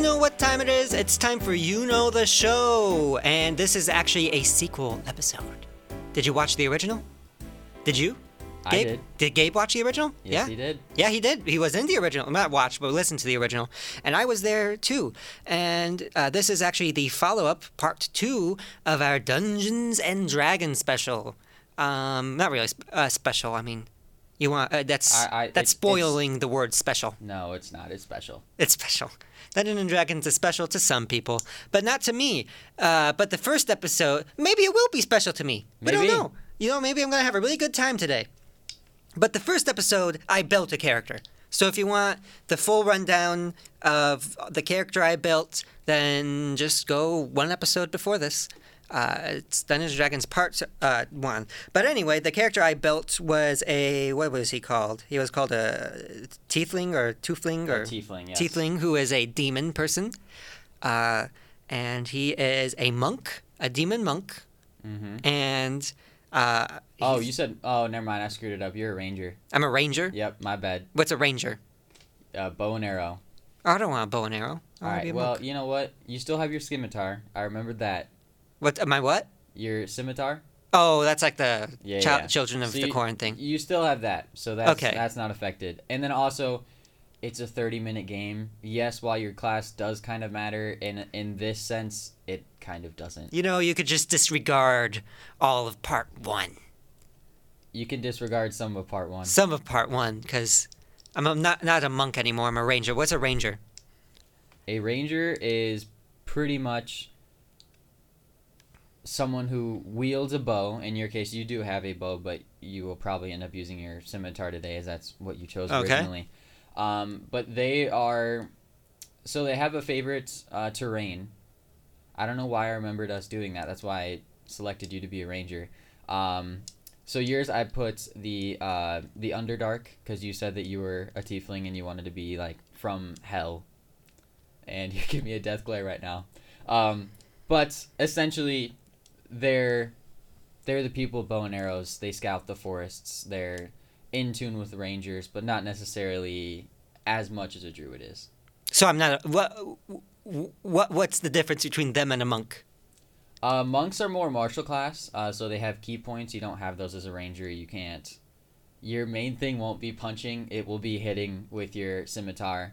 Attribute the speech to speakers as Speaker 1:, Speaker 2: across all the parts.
Speaker 1: know what time it is. It's time for You Know the Show. And this is actually a sequel episode. Did you watch the original? Did you?
Speaker 2: I
Speaker 1: Gabe?
Speaker 2: did.
Speaker 1: Gabe watch the original?
Speaker 2: Yes,
Speaker 1: yeah.
Speaker 2: he did.
Speaker 1: Yeah, he did. He was in the original. Not watched, but listened to the original. And I was there too. And uh, this is actually the follow up, part two of our Dungeons and Dragons special. Um, not really sp- uh, special. I mean, you want uh, that's
Speaker 2: I- I-
Speaker 1: that's
Speaker 2: it- it's-
Speaker 1: spoiling the word special.
Speaker 2: No, it's not. It's special.
Speaker 1: It's special. Dungeons and Dragons is special to some people, but not to me. Uh, but the first episode, maybe it will be special to me. We
Speaker 2: Maybe.
Speaker 1: don't know. You know, maybe I'm gonna have a really good time today. But the first episode, I built a character. So if you want the full rundown of the character I built, then just go one episode before this. Uh, it's Dungeons and Dragons Part uh, One. But anyway, the character I built was a what was he called? He was called a tiefling or toofling or
Speaker 2: tiefling, yes.
Speaker 1: tiefling who is a demon person, uh, and he is a monk, a demon monk, and uh,
Speaker 2: Mm-hmm. Oh,
Speaker 1: he's-
Speaker 2: you said. Oh, never mind. I screwed it up. You're a ranger.
Speaker 1: I'm a ranger.
Speaker 2: Yep, my bad.
Speaker 1: What's a ranger?
Speaker 2: Uh, bow and arrow.
Speaker 1: I don't want a bow and arrow. I
Speaker 2: All
Speaker 1: wanna Oh, be
Speaker 2: right.
Speaker 1: a
Speaker 2: Well,
Speaker 1: monk.
Speaker 2: you know what? You still have your scimitar. I remembered that.
Speaker 1: what am I? What?
Speaker 2: Your scimitar.
Speaker 1: Oh, that's like the
Speaker 2: Yeah,
Speaker 1: child,
Speaker 2: yeah.
Speaker 1: children of
Speaker 2: So
Speaker 1: the
Speaker 2: you-
Speaker 1: corn thing.
Speaker 2: You still have that, so that's
Speaker 1: Okay.
Speaker 2: that's not affected. And then also, it's a thirty-minute game. Yes, while your class does kind of matter, in in this sense, it kind of doesn't.
Speaker 1: You know, you could just disregard all of part one,
Speaker 2: You can disregard some of part one.
Speaker 1: some of part one, because I'm, I'm not not a monk anymore. I'm a ranger. What's a ranger?
Speaker 2: A ranger is pretty much someone who wields a bow. In your case, you do have a bow, but you will probably end up using your scimitar today, as that's what you chose
Speaker 1: Okay.
Speaker 2: originally. Um, but they are, so they have a favorite uh, terrain. I don't know why I remembered us doing that. That's why I selected you to be a ranger. Um, so yours, I put the uh, the Underdark because you said that you were a tiefling and you wanted to be like from hell, and you give me a death glare right now. Um, but essentially, they're they're the people with bow and arrows. They scout the forests. They're in tune with the rangers, but not necessarily as much as a druid is.
Speaker 1: So I'm not. A, what what what's the difference between them and a monk?
Speaker 2: Uh, monks are more martial class, uh, so they have key points. You don't have those as a ranger. You can't. Your main thing won't be punching. It will be hitting with your scimitar.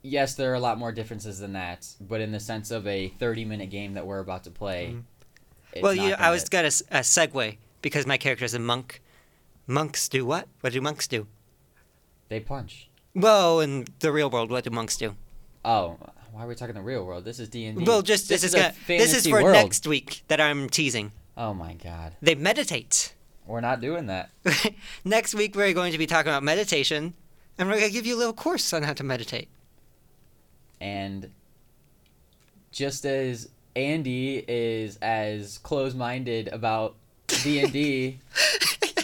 Speaker 2: Yes, there are a lot more differences than that, but in the sense of a thirty-minute game that we're about to play. it's
Speaker 1: Mm-hmm. well,
Speaker 2: not
Speaker 1: you know,
Speaker 2: gonna
Speaker 1: I was
Speaker 2: hit.
Speaker 1: gonna s- uh, segue because my character is a monk. Monks do what? What do monks do?
Speaker 2: They punch.
Speaker 1: Well, in the real world, what do monks do?
Speaker 2: Oh, why are we talking the real world? This is D and D.
Speaker 1: Well, just this, is, gonna, this is for next week that I'm teasing.
Speaker 2: Oh my god,
Speaker 1: They meditate.
Speaker 2: we're not doing that.
Speaker 1: next week we're going to be talking about meditation, and we're gonna give you a little course on how to meditate.
Speaker 2: and just as Andy is as close-minded about D and D,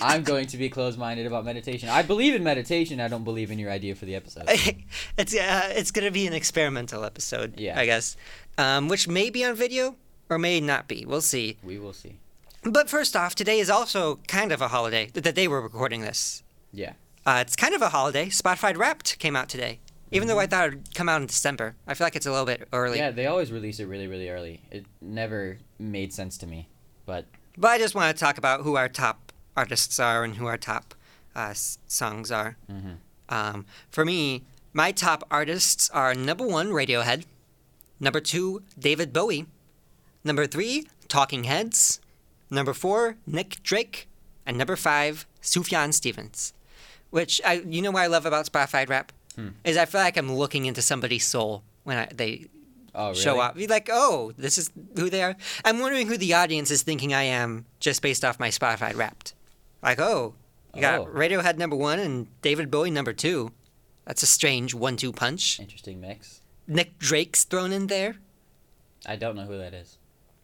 Speaker 2: I'm going to be close-minded about meditation. I believe in meditation. I don't believe in your idea for the episode.
Speaker 1: it's uh, it's gonna be an experimental episode,
Speaker 2: Yeah.
Speaker 1: I guess, um, which may be on video or may not be. We'll see.
Speaker 2: We will see.
Speaker 1: But first off, today is also kind of a holiday. The the day we're recording this,
Speaker 2: Yeah,
Speaker 1: uh, it's kind of a holiday. Spotify Wrapped came out today, even though I thought it'd come out in December. I feel like it's a little bit early.
Speaker 2: yeah. They always release it really, really early. It never made sense to me, but
Speaker 1: But I just want to talk about who our top artists are and who our top uh, s- songs are. Um, for me, my top artists are number one, Radiohead. Number two, David Bowie. Number three, Talking Heads. Number four, Nick Drake. And number five, Sufjan Stevens. Which I, you know what I love about Spotify Rap is I feel like I'm looking into somebody's soul when I, they
Speaker 2: oh, really?
Speaker 1: show up. Be like, oh, this is who they are. I'm wondering who the audience is thinking I am just based off my Spotify Wrapped. Like, oh, you got
Speaker 2: Oh.
Speaker 1: Radiohead number one and David Bowie number two. That's a strange one-two punch.
Speaker 2: Interesting mix.
Speaker 1: Nick Drake's thrown in there.
Speaker 2: I don't know who that is.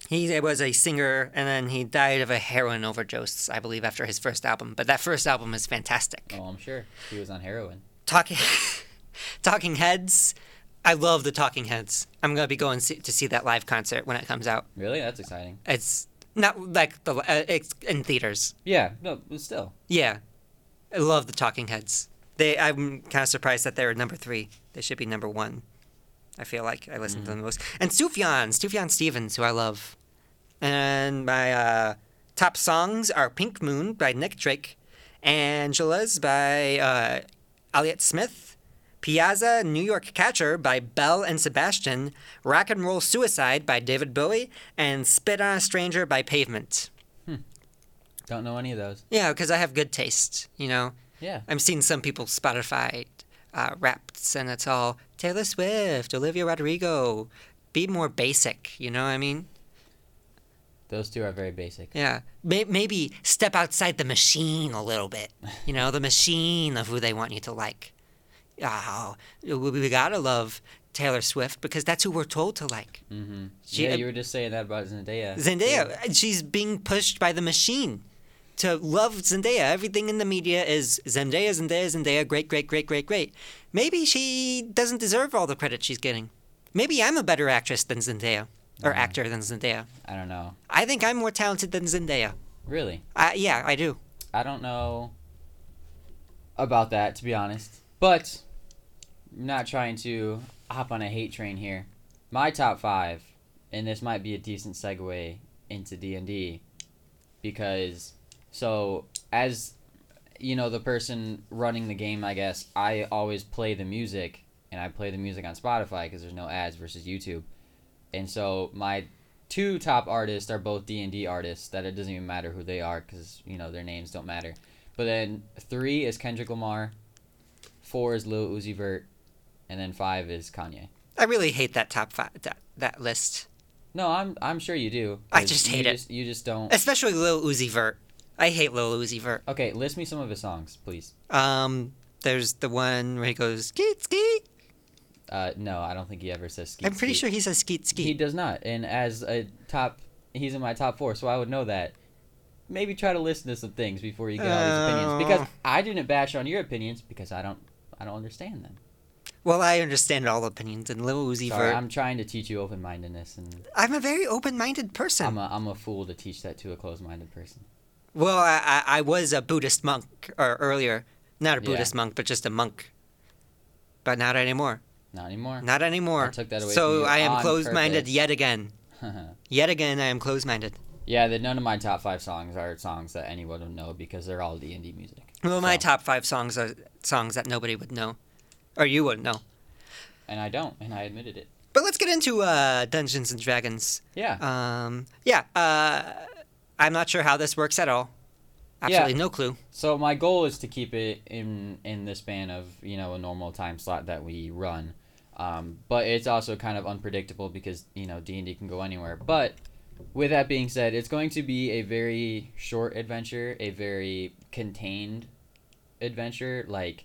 Speaker 1: He was a singer, and then he died of a heroin overdose, I believe, after his first album. But that first album is fantastic.
Speaker 2: Oh, I'm sure he was on heroin.
Speaker 1: Talking, Talking Heads. I love the Talking Heads. I'm gonna be going see, to see that live concert when it comes out.
Speaker 2: Really? That's exciting.
Speaker 1: It's not like the uh, it's in theaters.
Speaker 2: Yeah. No, but still.
Speaker 1: Yeah, I love the Talking Heads. They I'm kind of surprised that they're number three. They should be number one. I feel like I listen to them the most. And Sufjan, Sufjan Stevens, who I love. And my uh, top songs are Pink Moon by Nick Drake, Angela's by uh, Elliott Smith, Piazza New York Catcher by Bell and Sebastian, Rock and Roll Suicide by David Bowie, and Spit on a Stranger by Pavement.
Speaker 2: Don't know any of those.
Speaker 1: Yeah, because I have good taste, you know.
Speaker 2: Yeah.
Speaker 1: I'm seeing some people Spotify uh, raps, and it's all Taylor Swift, Olivia Rodrigo. Be more basic, you know what I mean?
Speaker 2: Those two are very basic.
Speaker 1: Yeah. May- maybe step outside the machine a little bit. You know, the machine of who they want you to like. Oh, we, we gotta love Taylor Swift because that's who we're told to like.
Speaker 2: Mm-hmm.
Speaker 1: She-
Speaker 2: yeah, you were just saying that about Zendaya.
Speaker 1: Zendaya, uh, she's being pushed by the machine to love Zendaya. Everything in the media is Zendaya, Zendaya, Zendaya, great, great, great, great, great. Maybe she doesn't deserve all the credit she's getting. Maybe I'm a better actress than Zendaya,
Speaker 2: Mm-hmm.
Speaker 1: or actor than Zendaya.
Speaker 2: I don't know.
Speaker 1: I think I'm more talented than Zendaya.
Speaker 2: Really,
Speaker 1: I, yeah, I do.
Speaker 2: I don't know about that to be honest. But I'm not trying to hop on a hate train here. My top five, and this might be a decent segue into D and D, because so as you know, the person running the game, I guess I always play the music, and I play the music on Spotify because there's no ads versus YouTube, and so my two top artists are both D and D artists. That it doesn't even matter who they are because you know their names don't matter. But then three is Kendrick Lamar, four is Lil Uzi Vert, and then five is Kanye.
Speaker 1: I really hate that top five, that, that list,
Speaker 2: No, I'm I'm sure you do.
Speaker 1: I
Speaker 2: 'cause
Speaker 1: just
Speaker 2: you
Speaker 1: hate it.
Speaker 2: Just, you just don't.
Speaker 1: especially Lil Uzi Vert. I hate Lil Uzi Vert.
Speaker 2: Okay, list me some of his songs, please.
Speaker 1: Um, there's the one where he goes skeet skeet.
Speaker 2: Uh, no, I don't think he ever says. Skeet,
Speaker 1: I'm pretty
Speaker 2: Skeet.
Speaker 1: sure he says skeet skeet.
Speaker 2: He does not. And as a top, he's in my top four, so I would know that. Maybe try to listen to some things before you get all these
Speaker 1: Oh.
Speaker 2: opinions, because I didn't bash on your opinions because I don't, I don't understand them.
Speaker 1: Well, I understand all opinions, and Lil Uzi
Speaker 2: Sorry,
Speaker 1: Vert. I'm,
Speaker 2: I'm trying to teach you open mindedness, and
Speaker 1: a very open-minded person.
Speaker 2: I'm a, I'm a fool to teach that to a closed minded person.
Speaker 1: well, I, I, I was a Buddhist monk or earlier, not a
Speaker 2: Yeah.
Speaker 1: Buddhist monk, but just a monk. But not anymore.
Speaker 2: Not anymore.
Speaker 1: Not anymore.
Speaker 2: took that away
Speaker 1: so
Speaker 2: from you
Speaker 1: I am
Speaker 2: on
Speaker 1: closed-minded
Speaker 2: purpose.
Speaker 1: yet again. Yet again, I am closed-minded.
Speaker 2: yeah, that none of my top five songs are songs that anyone would know because they're all D and D music.
Speaker 1: Well, my
Speaker 2: So-
Speaker 1: top five songs are songs that nobody would know, or you wouldn't know.
Speaker 2: and I don't, and I admitted it.
Speaker 1: But let's get into uh, Dungeons and Dragons.
Speaker 2: Yeah,
Speaker 1: Um, yeah, uh, I'm not sure how this works at all. Absolutely no clue.
Speaker 2: So my goal is to keep it in in the span of you know a normal time slot that we run, um, but it's also kind of unpredictable because you know D and D can go anywhere. But with that being said, it's going to be a very short adventure, a very contained adventure. Like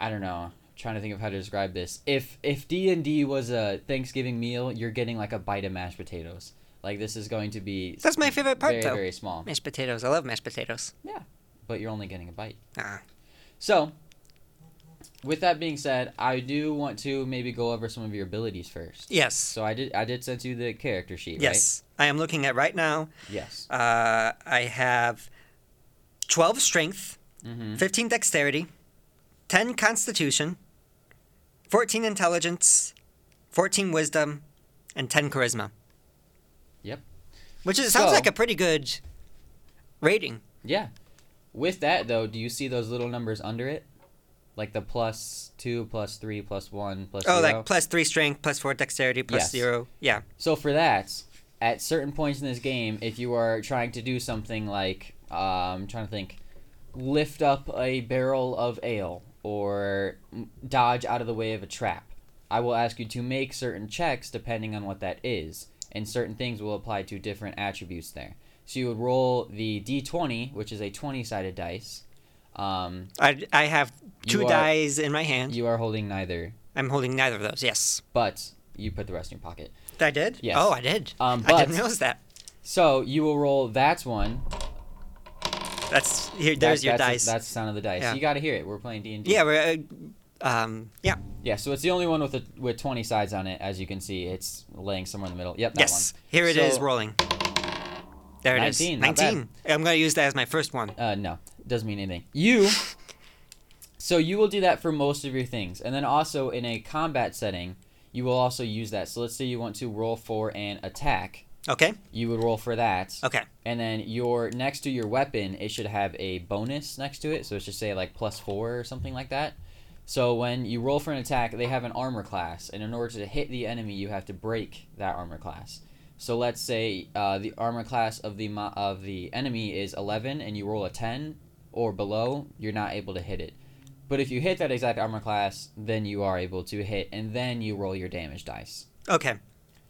Speaker 2: I don't know, trying to think of how to describe this. If if D and D was a Thanksgiving meal, you're getting like a bite of mashed potatoes. Like this is going to be
Speaker 1: That's my favorite part,
Speaker 2: very
Speaker 1: though.
Speaker 2: very small,
Speaker 1: Mashed potatoes. I love mashed potatoes.
Speaker 2: but you're only getting a bite.
Speaker 1: Ah.
Speaker 2: So, with that being said, I do want to maybe go over some of your abilities first.
Speaker 1: Yes.
Speaker 2: So I did I did send you the character sheet,
Speaker 1: yes. I am looking at right now.
Speaker 2: right? Yes.
Speaker 1: Uh, I have 12 strength,
Speaker 2: Mm-hmm.
Speaker 1: 15 dexterity, 10 constitution, 14 intelligence, 14 wisdom, and 10 charisma.
Speaker 2: Yep.
Speaker 1: Which is, sounds
Speaker 2: So-
Speaker 1: like a pretty good rating.
Speaker 2: Yeah. With that though, do you see those little numbers under it? Like the plus 2, plus 3, plus 1, plus
Speaker 1: Oh,
Speaker 2: 0?
Speaker 1: like plus three strength, plus four dexterity, plus
Speaker 2: Yes.
Speaker 1: zero. Yeah.
Speaker 2: So for that, at certain points in this game, if you are trying to do something like um, trying to think, lift up a barrel of ale or m- dodge out of the way of a trap, I will ask you to make certain checks depending on what that is, and certain things will apply to different attributes there. So you would roll the d20, which is a 20-sided dice. Um,
Speaker 1: I, I have
Speaker 2: You
Speaker 1: two
Speaker 2: are-
Speaker 1: dies in my hand.
Speaker 2: you are holding neither,
Speaker 1: I'm holding neither of those. Yes.
Speaker 2: but you put the rest in your pocket.
Speaker 1: I did?
Speaker 2: Yes.
Speaker 1: Oh, I did.
Speaker 2: Um,
Speaker 1: I
Speaker 2: but-
Speaker 1: didn't realize that.
Speaker 2: So you will roll that one,
Speaker 1: That's here. There's
Speaker 2: That-
Speaker 1: your
Speaker 2: that's
Speaker 1: dice.
Speaker 2: that's the sound of the dice.
Speaker 1: Yeah.
Speaker 2: You got to hear it. We're playing D and D.
Speaker 1: yeah. We're, uh, um. Yeah.
Speaker 2: Yeah. So it's the only one with a, with twenty sides on it. As you can see, it's laying somewhere in the middle. Yep. That
Speaker 1: yes.
Speaker 2: one.
Speaker 1: Here it is
Speaker 2: So-
Speaker 1: rolling. There it is.
Speaker 2: 19, not bad.
Speaker 1: Nineteen. I'm gonna use that as my first one.
Speaker 2: Uh, no, doesn't mean anything. You. So you will do that for most of your things, and then also in a combat setting, you will also use that. So let's say you want to roll for an attack.
Speaker 1: Okay.
Speaker 2: You would roll for that.
Speaker 1: Okay.
Speaker 2: And then your next to your weapon, it should have a bonus next to it. So it's just say like plus four or something like that. So when you roll for an attack, they have an armor class, and in order to hit the enemy, you have to break that armor class. So let's say uh, the armor class of the mo- of the enemy is eleven, and you roll a ten or below, you're not able to hit it. But if you hit that exact armor class, then you are able to hit, and then you roll your damage dice.
Speaker 1: Okay.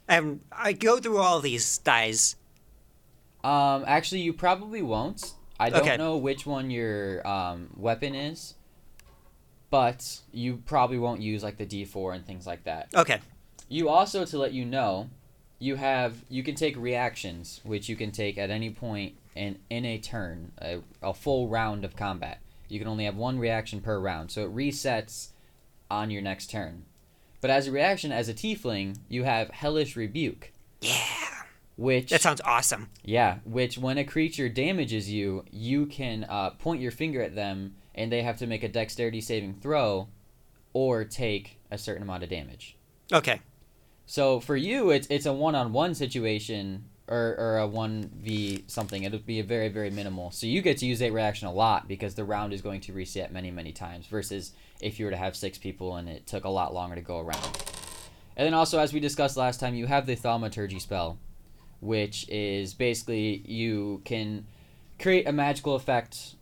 Speaker 1: Um, I go through all these dies.
Speaker 2: Um, actually, you probably won't. I don't
Speaker 1: Okay.
Speaker 2: know which one your um, weapon is, but you probably won't use like the D4 and things like that.
Speaker 1: Okay.
Speaker 2: You also, to let you know, you have you can take reactions, which you can take at any point in in a turn, a, a full round of combat. You can only have one reaction per round, so it resets on your next turn. But as a reaction, as a tiefling, you have Hellish Rebuke,
Speaker 1: Yeah.
Speaker 2: which
Speaker 1: That sounds awesome.
Speaker 2: yeah, which when a creature damages you, you can uh, point your finger at them, and they have to make a dexterity saving throw, or take a certain amount of damage.
Speaker 1: Okay.
Speaker 2: So for you, it's it's a one on one situation, or or a one v something. It'll be a very very minimal. So you get to use that reaction a lot because the round is going to reset many many times. Versus if you were to have six people and it took a lot longer to go around. And then also, as we discussed last time, you have the thaumaturgy spell, which is basically you can create a magical effect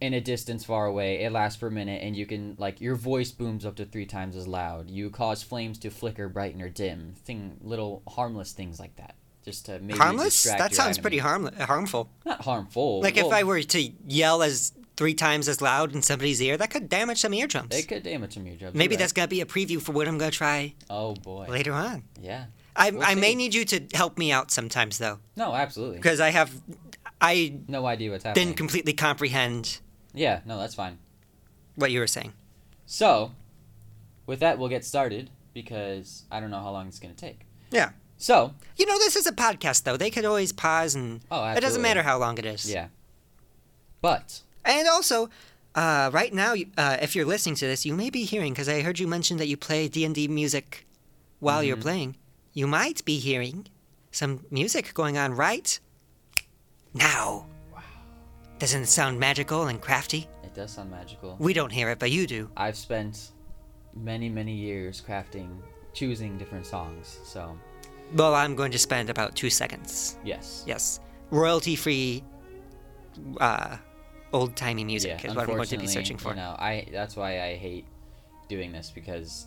Speaker 2: in a distance far away. It lasts for a minute, and you can like your voice booms up to three times as loud. You cause flames to flicker, brighten, or dim. Thing little harmless things like that, just to maybe
Speaker 1: harmless?
Speaker 2: Distract
Speaker 1: That
Speaker 2: your
Speaker 1: sounds
Speaker 2: enemy.
Speaker 1: pretty harmless, harmful.
Speaker 2: Not harmful.
Speaker 1: Like if
Speaker 2: well,
Speaker 1: I were to yell as three times as loud in somebody's ear, that could damage some eardrums.
Speaker 2: It could damage some of your jobs.
Speaker 1: Maybe
Speaker 2: you're
Speaker 1: that's gonna be a preview for what I'm gonna try
Speaker 2: right. Oh boy.
Speaker 1: later on.
Speaker 2: Yeah.
Speaker 1: I,
Speaker 2: We'll
Speaker 1: I may
Speaker 2: see.
Speaker 1: need you to help me out sometimes though,
Speaker 2: No, absolutely.
Speaker 1: because I have, I
Speaker 2: No idea what's happening.
Speaker 1: didn't completely comprehend
Speaker 2: yeah. No, that's fine.
Speaker 1: what you were saying.
Speaker 2: So, with that, we'll get started because I don't know how long it's going to take.
Speaker 1: Yeah.
Speaker 2: So,
Speaker 1: You know, this is a podcast though. They could always pause and
Speaker 2: oh, absolutely.
Speaker 1: it doesn't matter how long it is.
Speaker 2: Yeah. But
Speaker 1: And also, uh, right now, you- uh, if you're listening to this, you may be hearing because I heard you mention that you play D and D music while you're
Speaker 2: Mhm.
Speaker 1: playing. You might be hearing some music going on right now.
Speaker 2: Wow.
Speaker 1: Doesn't it sound magical and crafty?
Speaker 2: it does sound magical.
Speaker 1: We don't hear it, but you do.
Speaker 2: I've spent many, many years crafting, choosing different songs. So,
Speaker 1: Well, I'm going to spend about two seconds.
Speaker 2: yes.
Speaker 1: Yes, royalty-free, uh, old-timey music is what I'm going to be
Speaker 2: unfortunately,
Speaker 1: searching for.
Speaker 2: You know, I that's why I hate doing this because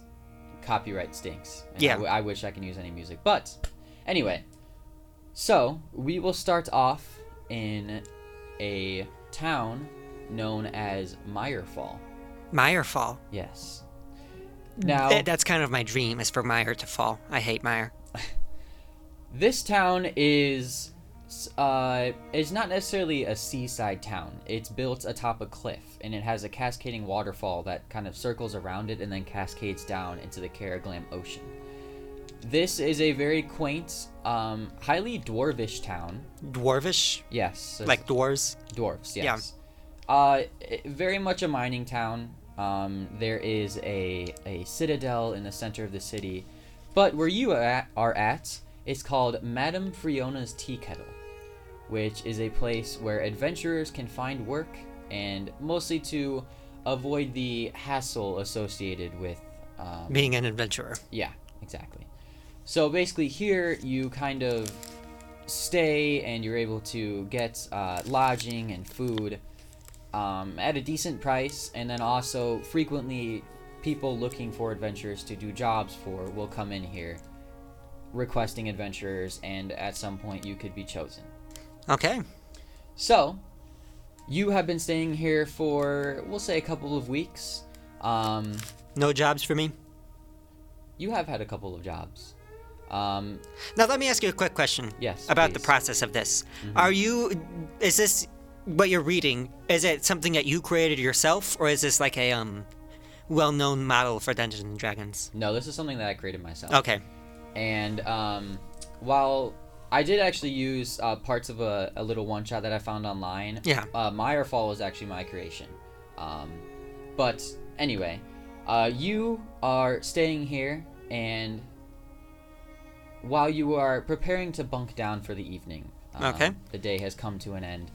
Speaker 2: copyright stinks. and I
Speaker 1: Yeah.
Speaker 2: w- I wish I can use any music, but anyway. So we will start off in a town known as Myrefall.
Speaker 1: Mire fall.
Speaker 2: Yes. Now
Speaker 1: Th- that's kind of my dream is for Mire to fall. I hate Mire.
Speaker 2: this town is uh, it's not necessarily a seaside town. It's built atop a cliff, and it has a cascading waterfall that kind of circles around it and then cascades down into the Karaglam Ocean. This is a very quaint, um, highly dwarvish town.
Speaker 1: Dwarvish,
Speaker 2: Yes, so
Speaker 1: like dwarves.
Speaker 2: dwarfs.
Speaker 1: Yeah.
Speaker 2: Yes. Uh, i- very much a mining town. Um, there is a a citadel in the center of the city, but where you are at, are at is called Madame Friona's Tea Kettle, which is a place where adventurers can find work and mostly to avoid the hassle associated with um,
Speaker 1: being an adventurer.
Speaker 2: yeah, exactly. So basically, here you kind of stay and you're able to get uh, lodging and food um, at a decent price, and then also frequently people looking for adventurers to do jobs for will come in here requesting adventurers, and at some point you could be chosen.
Speaker 1: Okay.
Speaker 2: So, you have been staying here for, we'll say, a couple of weeks. Um,
Speaker 1: No jobs for me.
Speaker 2: you have had a couple of jobs. Um,
Speaker 1: Now let me ask you a quick question
Speaker 2: yes.
Speaker 1: about the
Speaker 2: please. Mm-hmm.
Speaker 1: process of this. Are you is this what you're reading? Is it something that you created yourself or is this like a um well-known model for Dungeons and Dragons?
Speaker 2: No, this is something that I created myself.
Speaker 1: Okay.
Speaker 2: And um, while I did actually use uh, parts of a, a little one shot that I found online,
Speaker 1: Yeah.
Speaker 2: uh, Myrefall was actually my creation. Um, but anyway, uh, you are staying here and while you are preparing to bunk down for the evening, um,
Speaker 1: Okay.
Speaker 2: the day has come to an end.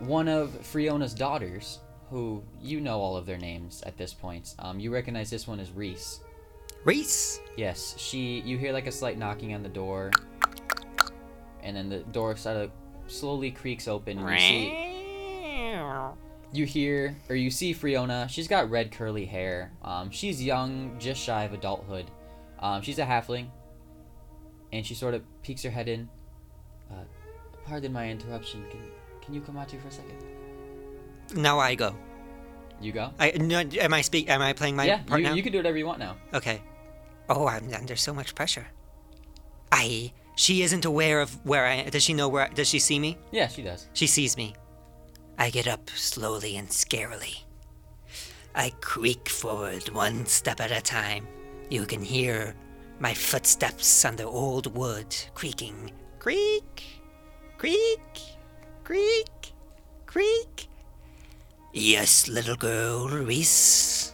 Speaker 2: One of Friona's daughters, who you know all of their names at this point, um, you recognize this one as Reese.
Speaker 1: Reese.
Speaker 2: Yes, she. You hear like a slight knocking on the door, and then the door sort of slowly creaks open. And you see, you hear or you see Friona. She's got red curly hair. Um, she's young, just shy of adulthood. Um, she's a halfling, and she sort of peeks her head in. Uh, pardon my interruption. Can can you come out here for a second?
Speaker 1: Now I go.
Speaker 2: You go.
Speaker 1: I no, am I speak? Am I playing my
Speaker 2: yeah,
Speaker 1: part
Speaker 2: you,
Speaker 1: now?
Speaker 2: you can do whatever you want now.
Speaker 1: Okay. Oh, I'm under so much pressure. I. She isn't aware of where I. Does she know where? Does she see me?
Speaker 2: Yeah, she does.
Speaker 1: She sees me. I get up slowly and scarily. I creak forward one step at a time. You can hear my footsteps on the old wood creaking. Creak, creak, creak, creak. Yes, little girl, Reese.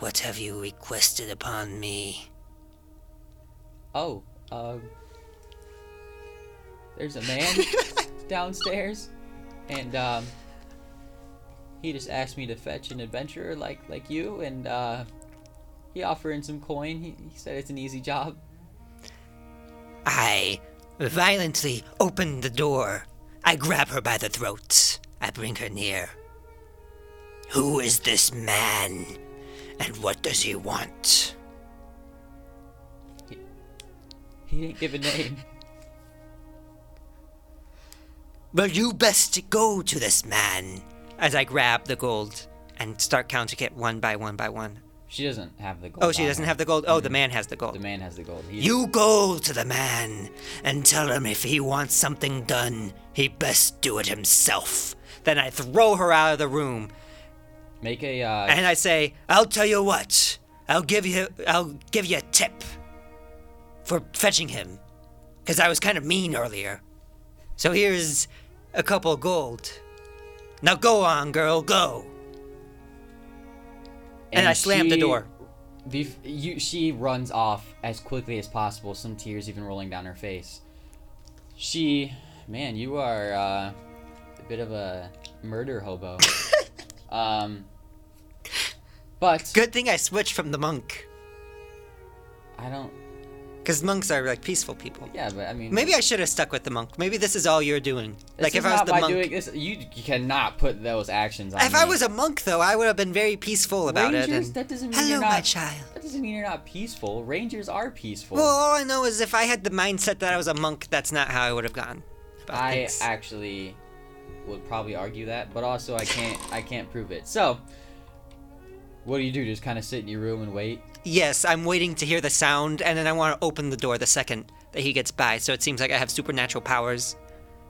Speaker 1: What have you requested upon me?
Speaker 2: Oh, um, there's a man downstairs, and um, he just asked me to fetch an adventurer like like you, and uh, he offered in some coin. He, he said it's an easy job.
Speaker 1: I violently open the door. I grab her by the throat. I bring her near. Who is this man? And what does he want?
Speaker 2: He didn't give a name.
Speaker 1: Well, you best go to this man. As I grab the gold and start counting it one by one by one.
Speaker 2: She doesn't have the gold.
Speaker 1: Oh, she
Speaker 2: on
Speaker 1: doesn't
Speaker 2: her.
Speaker 1: have the gold. Oh, the man has the
Speaker 2: Mm-hmm. The
Speaker 1: gold.
Speaker 2: man has the gold. He,
Speaker 1: You go to the man and tell him if he wants something done, he best do it himself. Then I throw her out of the room
Speaker 2: make a uh,
Speaker 1: and I say, "I'll tell you what. I'll give you. I'll give you a tip for fetching him, because I was kind of mean earlier. So here's a couple gold. Now go on, girl, go." And, I slammed the
Speaker 2: she-
Speaker 1: door.
Speaker 2: Bef- you, she runs off as quickly as possible, some tears even rolling down her face. She, man, you are uh, a bit of a murder hobo. um, but
Speaker 1: Good thing I switched from the monk,
Speaker 2: I don't.
Speaker 1: because monks are like peaceful people.
Speaker 2: Yeah, but I mean,
Speaker 1: Maybe I should have stuck with the monk. Maybe this is all you're doing.
Speaker 2: this
Speaker 1: like
Speaker 2: is
Speaker 1: if I was
Speaker 2: not
Speaker 1: the
Speaker 2: by
Speaker 1: monk.
Speaker 2: doing this, you cannot put those actions on.
Speaker 1: if I
Speaker 2: me.
Speaker 1: was a monk, though, I would have been very peaceful about
Speaker 2: Rangers,
Speaker 1: it. and-
Speaker 2: that doesn't mean
Speaker 1: Hello,
Speaker 2: you're not,
Speaker 1: my child.
Speaker 2: That doesn't mean you're not peaceful. Rangers are peaceful.
Speaker 1: Well, all I know is if I had the mindset that I was a monk, that's not how I would have gone. about
Speaker 2: I
Speaker 1: things.
Speaker 2: actually would probably argue that, but also I can't I can't prove it. So what do you do? Just kind of sit in your room and wait?
Speaker 1: yes, I'm waiting to hear the sound, and then I want to open the door the second that he gets by. So it seems like I have supernatural powers,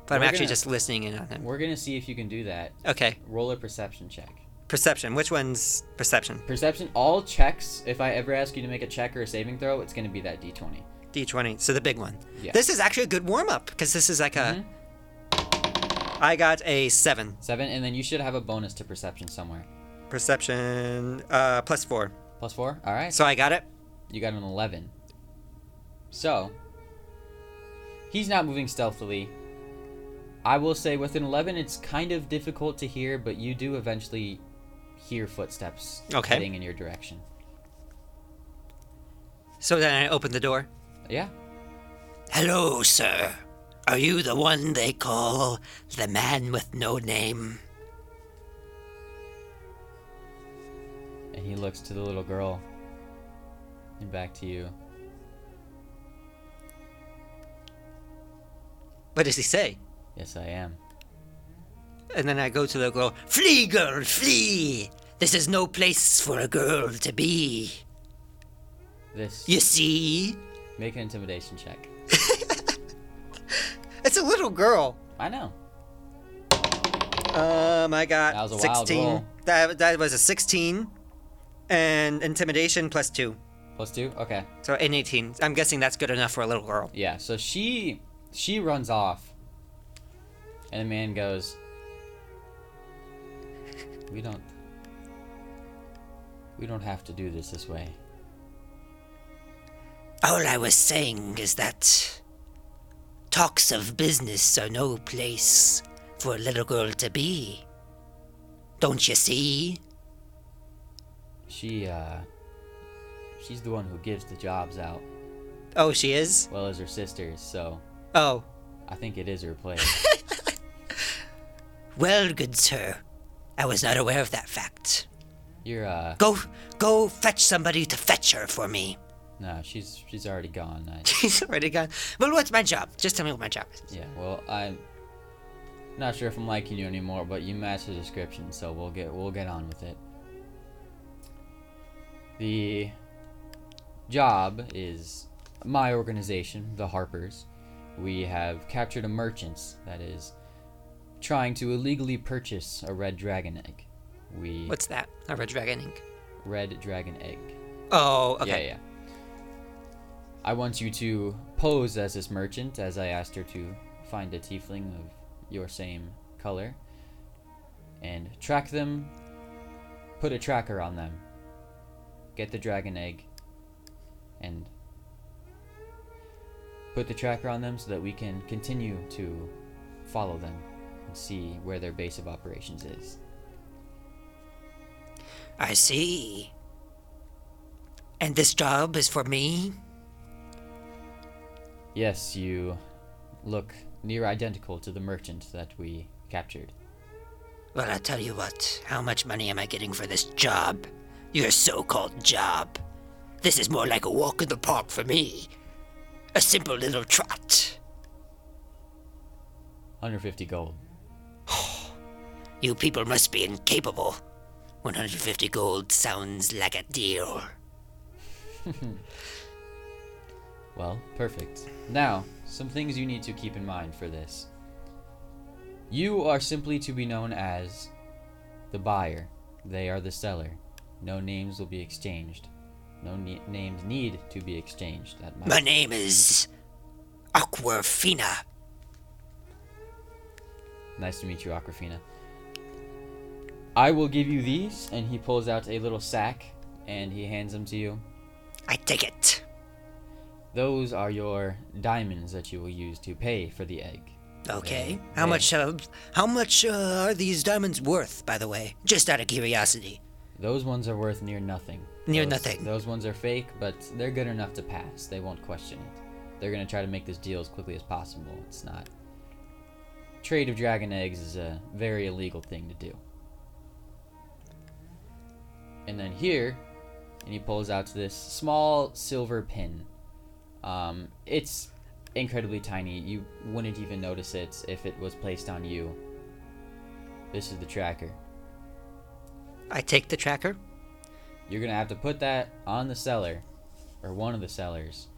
Speaker 1: but
Speaker 2: We're
Speaker 1: I'm actually
Speaker 2: gonna-
Speaker 1: just listening in on him.
Speaker 2: We're gonna see if you can do that.
Speaker 1: Okay,
Speaker 2: Roll a perception check.
Speaker 1: perception. Which one's perception?
Speaker 2: Perception. All checks. If I ever ask you to make a check or a saving throw, it's gonna be that d20.
Speaker 1: D20. So the big one.
Speaker 2: Yeah.
Speaker 1: This is actually a good warm up because this is like
Speaker 2: Mm-hmm.
Speaker 1: a. I got a seven
Speaker 2: Seven, and then you should have a bonus to perception somewhere.
Speaker 1: perception uh, plus four,
Speaker 2: Plus four. All right.
Speaker 1: so I got it.
Speaker 2: You got an 11. So, he's not moving stealthily. I will say with an 11, it's kind of difficult to hear, but you do eventually hear footsteps
Speaker 1: Okay.
Speaker 2: heading in your direction.
Speaker 1: So then I opened the door.
Speaker 2: Yeah.
Speaker 1: Hello, sir. Are you the one they call the man with no name?
Speaker 2: And he looks to the little girl and back to you.
Speaker 1: What does he say?
Speaker 2: Yes, I am.
Speaker 1: And then I go to the girl, Flee, girl, flee! This is no place for a girl to be.
Speaker 2: This.
Speaker 1: You see?
Speaker 2: Make an intimidation check.
Speaker 1: It's a little girl.
Speaker 2: I know.
Speaker 1: Um, I got
Speaker 2: That was a wild
Speaker 1: 16.
Speaker 2: roll.
Speaker 1: That, that was a 16. And intimidation plus two.
Speaker 2: Plus two? Okay.
Speaker 1: So an 18. I'm guessing that's good enough for a little girl.
Speaker 2: Yeah, so she she runs off. And the man goes We don't We don't have to do this this way.
Speaker 1: All I was saying is that talks of business are no place for a little girl to be. Don't you see?
Speaker 2: She, uh, she's the one who gives the jobs out,
Speaker 1: Oh, she is?
Speaker 2: well as her sisters. So
Speaker 1: Oh.
Speaker 2: I think it is her place.
Speaker 1: Well, good sir. I was not aware of that fact.
Speaker 2: You're, uh,
Speaker 1: Go, go fetch somebody to fetch her for me.
Speaker 2: no, she's she's already gone. I,
Speaker 1: He's already gone. Well, what's my job? Just tell me what my job is.
Speaker 2: yeah. Well, I'm not sure if I'm liking you anymore, but you match the description, so we'll get we'll get on with it. The job is my organization, the Harpers. We have captured a merchant that is trying to illegally purchase a red dragon egg. We
Speaker 1: What's that? A red dragon ink.
Speaker 2: red dragon egg.
Speaker 1: Oh, okay.
Speaker 2: Yeah, yeah. I want you to pose as this merchant, as I asked her to find a tiefling of your same color, and track them. Put a tracker on them. Get the dragon egg, and put the tracker on them so that we can continue to follow them and see where their base of operations is.
Speaker 1: I see. And this job is for me?
Speaker 2: Yes, you look near identical to the merchant that we captured.
Speaker 1: Well, I'll tell you what. How much money am I getting for this job? Your so called job. This is more like a walk in the park for me. A simple little trot.
Speaker 2: 150 gold.
Speaker 1: You people must be incapable. 150 gold sounds like a deal.
Speaker 2: Well, perfect. Now, some things you need to keep in mind for this. You are simply to be known as the buyer. They are the seller. No names will be exchanged. No ne- names need to be exchanged. That might
Speaker 1: My name is. Aquafina.
Speaker 2: Nice to meet you, Aquafina. I will give you these, and he pulls out a little sack, and he hands them to you.
Speaker 1: I take it.
Speaker 2: Those are your diamonds that you will use to pay for the egg.
Speaker 1: Okay.
Speaker 2: Yeah,
Speaker 1: How
Speaker 2: yeah.
Speaker 1: much? Uh, how much uh, are these diamonds worth, by the way? Just out of curiosity.
Speaker 2: Those ones are worth near nothing.
Speaker 1: Near
Speaker 2: Those-
Speaker 1: nothing.
Speaker 2: Those ones are fake, but they're good enough to pass. They won't question it. They're gonna try to make this deal as quickly as possible. It's not. Trade of dragon eggs is a very illegal thing to do. And then here, and he pulls out this small silver pin. Um, it's incredibly tiny. You wouldn't even notice it if it was placed on you. This is the tracker.
Speaker 1: I take the tracker.
Speaker 2: You're gonna have to put that on the seller, or one of the sellers,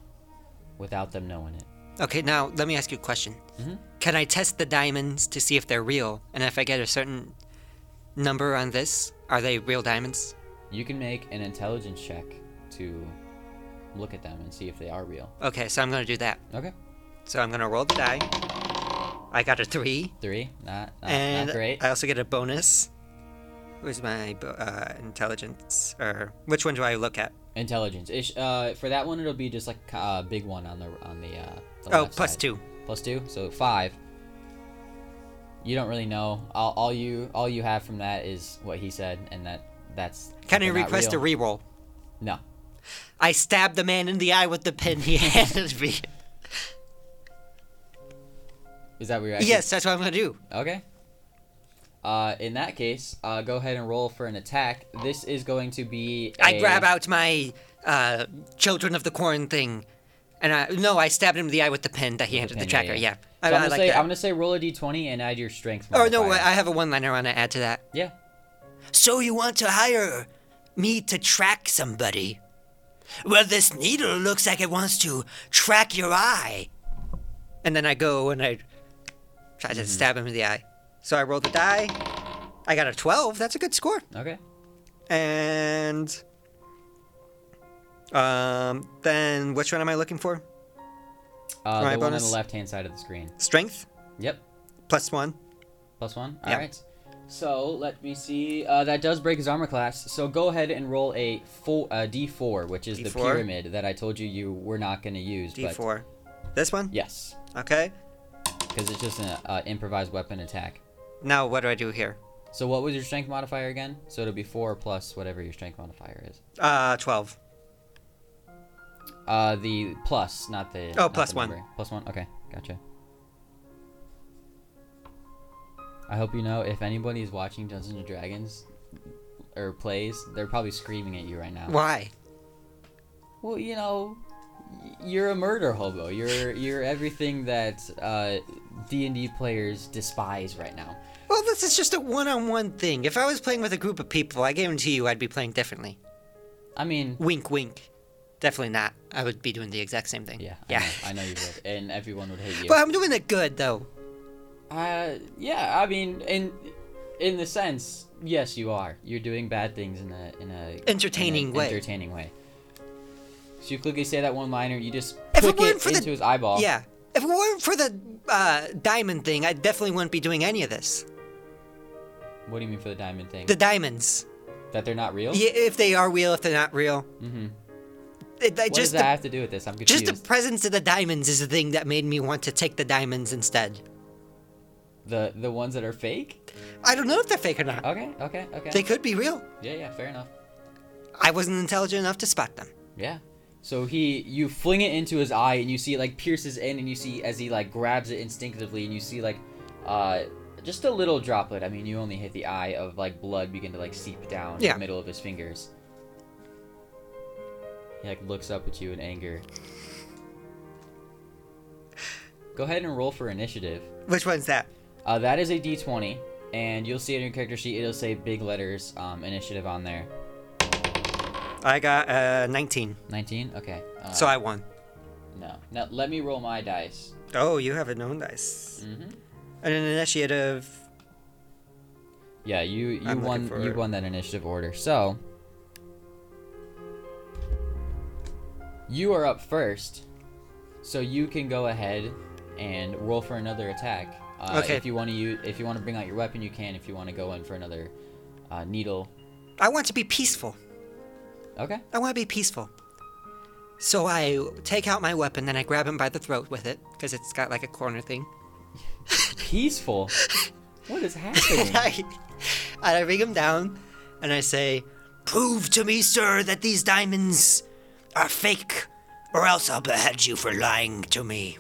Speaker 2: without them knowing it.
Speaker 1: Okay. Now let me ask you a question.
Speaker 2: Mm-hmm.
Speaker 1: Can I test the diamonds to see if they're real? And if I get a certain number on this, are they real diamonds?
Speaker 2: You can make an intelligence check to look at them and see if they are real.
Speaker 1: Okay. So I'm gonna do that.
Speaker 2: Okay.
Speaker 1: So I'm gonna roll the die. I got a three,
Speaker 2: Three. Not Ah, not,
Speaker 1: and
Speaker 2: not great.
Speaker 1: I also get a bonus. Where's my bo- uh, intelligence? Or which one do I look at?
Speaker 2: intelligence. Ish. Uh, for that one, it'll be just like a uh, big one on the on the. Uh, the
Speaker 1: Oh,
Speaker 2: left
Speaker 1: plus
Speaker 2: side.
Speaker 1: two.
Speaker 2: Plus two. So five. You don't really know. All, all you all you have from that is what he said, and that that's.
Speaker 1: Can I
Speaker 2: they're not
Speaker 1: request
Speaker 2: real.
Speaker 1: a re-roll?
Speaker 2: No.
Speaker 1: I stabbed the man in the eye with the pin he handed me.
Speaker 2: Is that what you're? Actually
Speaker 1: yes, that's what I'm gonna do.
Speaker 2: Okay. Uh, in that case, uh, go ahead and roll for an attack. This is going to be.
Speaker 1: I
Speaker 2: a-
Speaker 1: grab out my uh, Children of the Corn thing, and I no, I stabbed him in the eye with the pin that he handed the,
Speaker 2: pen,
Speaker 1: tracker. Yeah,
Speaker 2: So I,
Speaker 1: I,
Speaker 2: am
Speaker 1: I
Speaker 2: gonna
Speaker 1: like
Speaker 2: say
Speaker 1: that.
Speaker 2: I'm gonna say roll a d20 and add your strength.
Speaker 1: Oh no,
Speaker 2: modifier.
Speaker 1: I have a one-liner on to add to that.
Speaker 2: Yeah.
Speaker 1: So you want to hire me to track somebody? Well, this needle looks like it wants to track your eye. And then I go and I try
Speaker 2: Mm-hmm.
Speaker 1: to stab him in the eye. So I roll the die. I got a 12. That's a good score.
Speaker 2: Okay.
Speaker 1: And um, then which one am I looking for?
Speaker 2: Uh,
Speaker 1: my
Speaker 2: the one on
Speaker 1: bonus?
Speaker 2: the left hand side of the screen.
Speaker 1: Strength
Speaker 2: Yep.
Speaker 1: plus one.
Speaker 2: Plus one. All
Speaker 1: Yeah.
Speaker 2: right. So let me see. Uh, that does break his armor class. So go ahead and roll a full uh, D4, which is the
Speaker 1: D4?
Speaker 2: pyramid that I told you you were not going to use. But
Speaker 1: D4. This one?
Speaker 2: yes,
Speaker 1: Okay.
Speaker 2: because it's just an uh, improvised weapon attack.
Speaker 1: Now what do I do here?
Speaker 2: So what was your strength modifier again? So it'll be four plus whatever your strength modifier is.
Speaker 1: Uh, 12.
Speaker 2: Uh, the plus, not the.
Speaker 1: Oh,
Speaker 2: not
Speaker 1: plus
Speaker 2: the
Speaker 1: one.
Speaker 2: number. Plus one. Okay, gotcha. I hope you know if anybody is watching Dungeons and Dragons or plays, they're probably screaming at you right now.
Speaker 1: Why?
Speaker 2: Well, you know, y- you're a murder hobo. You're you're everything that uh, D and D players despise right now.
Speaker 1: Well, this is just a one-on-one thing. If I was playing with a group of people, I guarantee you I'd be playing differently.
Speaker 2: I mean,
Speaker 1: Wink, wink. Definitely not. I would be doing the exact same thing.
Speaker 2: yeah, I
Speaker 1: Yeah.
Speaker 2: know- I know, you would, and everyone would hate you.
Speaker 1: But I'm doing it good, though.
Speaker 2: Uh, yeah, I mean, in in the sense, yes, you are. You're doing bad things in a in a
Speaker 1: Entertaining
Speaker 2: in a
Speaker 1: way.
Speaker 2: Entertaining way. So you quickly say that one liner. You just
Speaker 1: If it
Speaker 2: click
Speaker 1: weren't
Speaker 2: it
Speaker 1: for the-
Speaker 2: into his eyeball.
Speaker 1: Yeah. If it weren't for the uh, diamond thing, I definitely wouldn't be doing any of this.
Speaker 2: What do you mean for the diamond thing?
Speaker 1: The diamonds.
Speaker 2: that they're not real.
Speaker 1: Yeah, if they are real, if they're not real.
Speaker 2: Mm-hmm.
Speaker 1: It, I
Speaker 2: What does
Speaker 1: just
Speaker 2: that have to do with this? I'm
Speaker 1: the, just
Speaker 2: confused.
Speaker 1: the presence of the diamonds is the thing that made me want to take the diamonds instead.
Speaker 2: The the ones that are fake.
Speaker 1: I don't know if they're fake or not.
Speaker 2: Okay, okay, okay.
Speaker 1: They could be real.
Speaker 2: yeah, yeah, fair enough.
Speaker 1: I wasn't intelligent enough to spot them.
Speaker 2: Yeah. So he, you fling it into his eye, and you see it like pierces in, and you see as he like grabs it instinctively, and you see like, uh, just a little droplet. I mean, you only hit the eye of like blood begin to like seep down
Speaker 1: Yeah.
Speaker 2: the middle of his fingers. He like looks up at you in anger. Go ahead and roll for initiative.
Speaker 1: Which one's that?
Speaker 2: Uh, that is a D20, and you'll see it in your character sheet. It'll say big letters, um, initiative on there.
Speaker 1: I got uh, 19,
Speaker 2: 19. Okay. Uh,
Speaker 1: so I won.
Speaker 2: No. Now let me roll my dice.
Speaker 1: Oh, you have a known dice.
Speaker 2: Mhm.
Speaker 1: And an initiative.
Speaker 2: Yeah, you you
Speaker 1: I'm looking
Speaker 2: won
Speaker 1: for
Speaker 2: you
Speaker 1: it.
Speaker 2: won that initiative order. So you are up first, so you can go ahead and roll for another attack. Uh,
Speaker 1: Okay.
Speaker 2: If you want to use, if you want to bring out your weapon, you can. If you want to go in for another uh, needle,
Speaker 1: I want to be peaceful.
Speaker 2: okay.
Speaker 1: I want to be peaceful. So I take out my weapon and I grab him by the throat with it because it's got like a corner thing.
Speaker 2: Peaceful. what is happening?
Speaker 1: and, I, and I bring him down and I say, Prove to me, sir, that these diamonds are fake, or else I'll behead you for lying to me.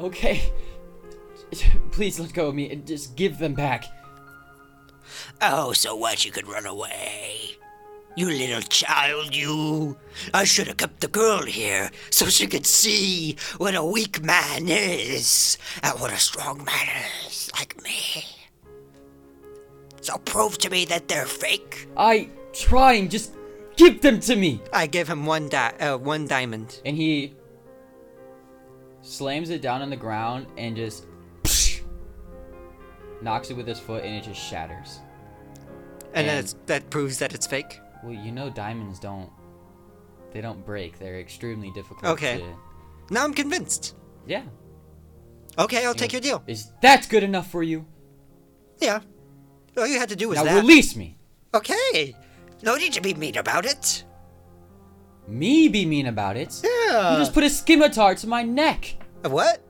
Speaker 2: okay. Please let go of me and just give them back.
Speaker 1: Oh, so what? You could run away. You little child, you. I should have kept the girl here so she could see what a weak man is and what a strong man is like me. So prove to me that they're fake.
Speaker 2: I trying just give them to me.
Speaker 1: I give him one di- uh, one diamond.
Speaker 2: and he slams it down on the ground and just knocks it with his foot and it just shatters
Speaker 1: And,
Speaker 2: And-
Speaker 1: that's, that proves that it's fake.
Speaker 2: well you know diamonds don't they don't break they're extremely difficult
Speaker 1: Okay.
Speaker 2: to-
Speaker 1: Now I'm convinced.
Speaker 2: yeah
Speaker 1: Okay, I'll take your deal.
Speaker 2: is that good enough for you
Speaker 1: Yeah. All you had to do was
Speaker 2: now
Speaker 1: that.
Speaker 2: release me
Speaker 1: Okay. No need to be mean about it.
Speaker 2: me be mean about it
Speaker 1: Yeah.
Speaker 2: you just put a scimitar to my neck
Speaker 1: A uh, what?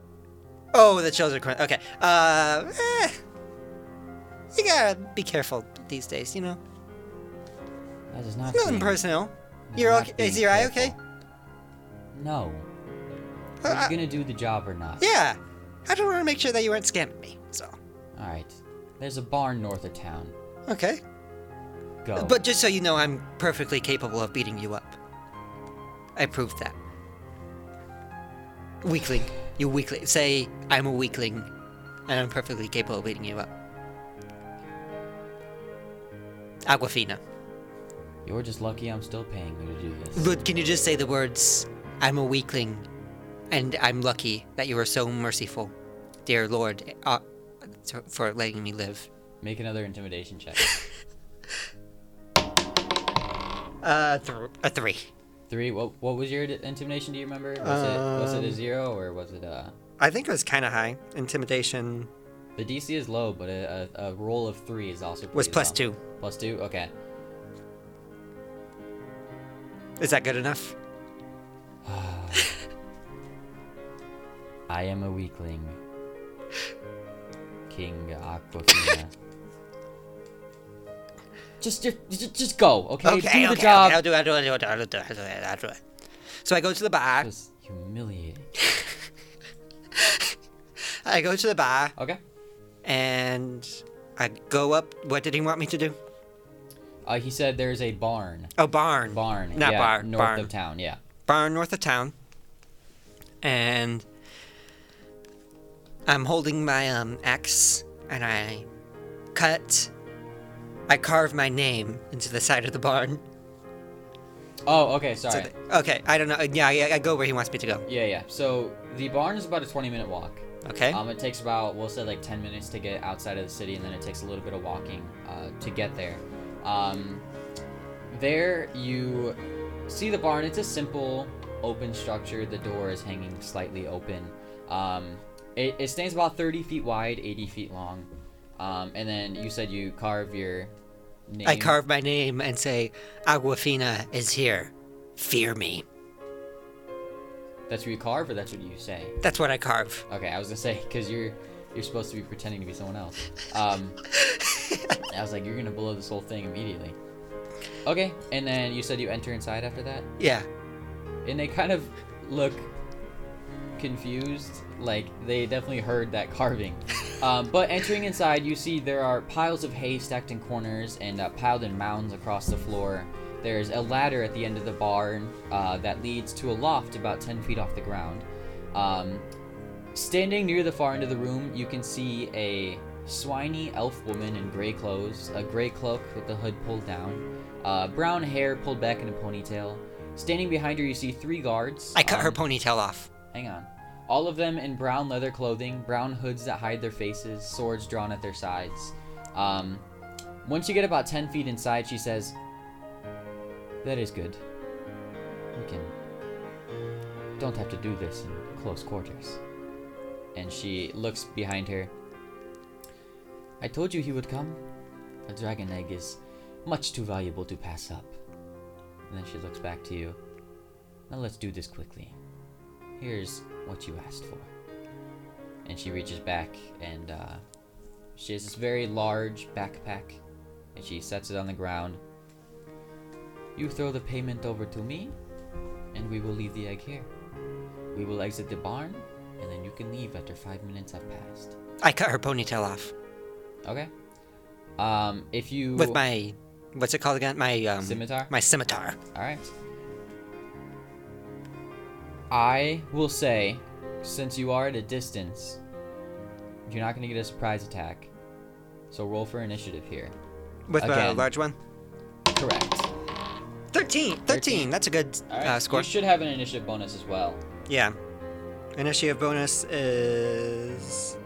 Speaker 1: Oh, the chills are crying. Okay. Uh, eh. You gotta be careful these days, you know?
Speaker 2: that is not
Speaker 1: Nothing
Speaker 2: being-
Speaker 1: personal.
Speaker 2: that's
Speaker 1: You're
Speaker 2: not
Speaker 1: okay. Is
Speaker 2: being
Speaker 1: your eye okay?
Speaker 2: careful. no
Speaker 1: Uh,
Speaker 2: are
Speaker 1: I-
Speaker 2: you gonna do the job or not
Speaker 1: yeah. I just want to make sure that you weren't scamming me, so.
Speaker 2: all right there's a barn north of town
Speaker 1: Okay.
Speaker 2: go
Speaker 1: But just so you know, I'm perfectly capable of beating you up. I proved that. Weakling. You weakling. Say, I'm a weakling, and I'm perfectly capable of beating you up. Aquafina.
Speaker 2: You're just lucky I'm still paying you to do this.
Speaker 1: But can you just say the words, I'm a weakling, and I'm lucky that you are so merciful, dear Lord, uh, to- for letting me live?
Speaker 2: Make another intimidation check.
Speaker 1: Uh, th- a three. Um,
Speaker 2: Three. What What was your d- intimidation? Do you remember? Was it Was it a zero or was it a?
Speaker 1: I think it was kind of high. Intimidation
Speaker 2: The DC is low, but a, a, a roll of three is also
Speaker 1: was
Speaker 2: pretty
Speaker 1: plus
Speaker 2: low.
Speaker 1: two.
Speaker 2: Plus two. Okay.
Speaker 1: Is that good enough?
Speaker 2: I am a weakling. King Aquafina. just, ju- ju- just, go, okay? do the job.
Speaker 1: I'll do it. I'll do it. I'll do it. I'll do it. I'll do it. I'll do it. So I go to the bar.
Speaker 2: Just humiliating.
Speaker 1: I go to the bar
Speaker 2: Okay.
Speaker 1: and I go up. What did he want me to do?
Speaker 2: Uh, he said there's a barn.
Speaker 1: Oh, barn.
Speaker 2: Barn.
Speaker 1: Not
Speaker 2: yeah,
Speaker 1: bar.
Speaker 2: North
Speaker 1: barn.
Speaker 2: of town, yeah.
Speaker 1: barn north of town, and I'm holding my um axe, and I cut, I carve my name into the side of the barn.
Speaker 2: Oh, okay, sorry.
Speaker 1: So the- okay, I don't know. Yeah, I, I go where he wants me to go.
Speaker 2: yeah, yeah. So the barn is about a 20 minute walk.
Speaker 1: Okay.
Speaker 2: Um, it takes about, we'll say, like 10 minutes to get outside of the city, and then it takes a little bit of walking uh, to get there. Um, there you see the barn. It's a simple open structure. The door is hanging slightly open. Um, it, it stands about 30 feet wide, 80 feet long. Um, and then you said you carve your name.
Speaker 1: I carve my name and say, Aguafina is here. Fear me.
Speaker 2: That's what you carve, or that's what you say?
Speaker 1: That's what I carve.
Speaker 2: Okay, I was gonna say because you're you're supposed to be pretending to be someone else. Um, I was like, you're gonna blow this whole thing immediately. Okay, and then you said you enter inside after that,
Speaker 1: Yeah.
Speaker 2: and they kind of look confused, like they definitely heard that carving. Um, but entering inside, you see there are piles of hay stacked in corners and uh, piled in mounds across the floor. There's a ladder at the end of the barn uh, that leads to a loft about 10 feet off the ground. Um, Standing near the far end of the room, you can see a swiny elf woman in gray clothes, a gray cloak with the hood pulled down, uh, brown hair pulled back in a ponytail. Standing behind her, you see three guards.
Speaker 1: I cut her
Speaker 2: um,
Speaker 1: ponytail off.
Speaker 2: Hang on. All of them in brown leather clothing, brown hoods that hide their faces, swords drawn at their sides. Um, once you get about 10 feet inside, she says, That is good. We can. Don't have to do this in close quarters. And she looks behind her. I told you he would come. A dragon egg is much too valuable to pass up. And then she looks back to you. Now let's do this quickly here's what you asked for. And she reaches back and uh, she has this very large backpack and she sets it on the ground. You throw the payment over to me and we will leave the egg here. We will exit the barn and then you can leave after five minutes have passed.
Speaker 1: I cut her ponytail off
Speaker 2: Okay? Um, if you.
Speaker 1: with my, what's it called again? My um,
Speaker 2: Scimitar?
Speaker 1: My scimitar.
Speaker 2: All right. I will say, since you are at a distance, you're not going to get a surprise attack. So roll for initiative here.
Speaker 1: With a
Speaker 2: Again.
Speaker 1: large one.
Speaker 2: Correct.
Speaker 1: 13, 13. That's a good
Speaker 2: All right.
Speaker 1: uh, score.
Speaker 2: You should have an initiative bonus as well.
Speaker 1: Yeah. Initiative bonus is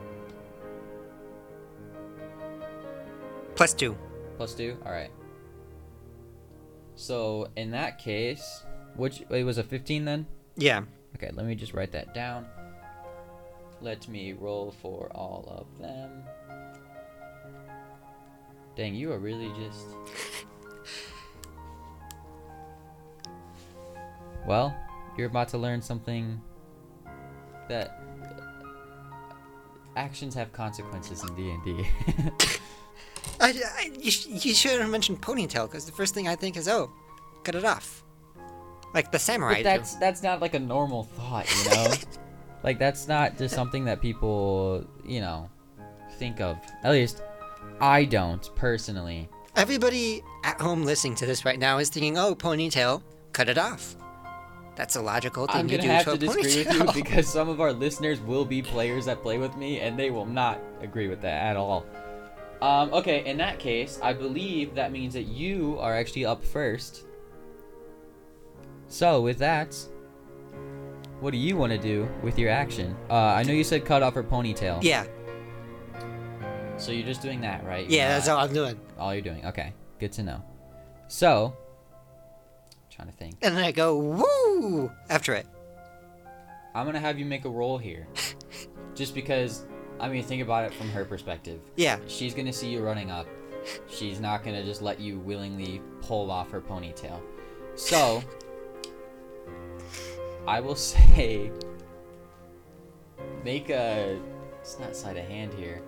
Speaker 1: plus two.
Speaker 2: Plus two. All right. So in that case, which wait, was a 15 then?
Speaker 1: Yeah.
Speaker 2: Okay, let me just write that down. Let me roll for all of them. Dang, you are really just. well, you're about to learn something that actions have consequences in D&D.
Speaker 1: I, I- you, sh- you should have mentioned ponytail because the first thing I think is oh, cut it off, like the samurai.
Speaker 2: but
Speaker 1: do.
Speaker 2: that's that's not like a normal thought, you know? like that's not just something that people, you know, think of. At least I don't personally.
Speaker 1: Everybody at home listening to this right now is thinking oh, ponytail, cut it off. That's a logical thing
Speaker 2: I'm
Speaker 1: you
Speaker 2: gonna
Speaker 1: do
Speaker 2: have
Speaker 1: to
Speaker 2: to
Speaker 1: a
Speaker 2: disagree with you
Speaker 1: ponytail.
Speaker 2: because some of our listeners will be players that play with me, and they will not agree with that at all. Um, okay, in that case, I believe that means that you are actually up first. So with that, what do you want to do with your action? Uh, I know you said cut off her ponytail.
Speaker 1: yeah,
Speaker 2: So you're just doing that, right? You're
Speaker 1: yeah, that's
Speaker 2: not-
Speaker 1: all I'm doing.
Speaker 2: all you're doing. Okay, good to know. So, trying to think.
Speaker 1: And then I go woo after it.
Speaker 2: I'm gonna have you make a roll here. Just because, I mean, think about it from her perspective.
Speaker 1: Yeah.
Speaker 2: She's gonna see you running up. She's not gonna just let you willingly pull off her ponytail. So, I will say, make a. It's not sleight of hand here.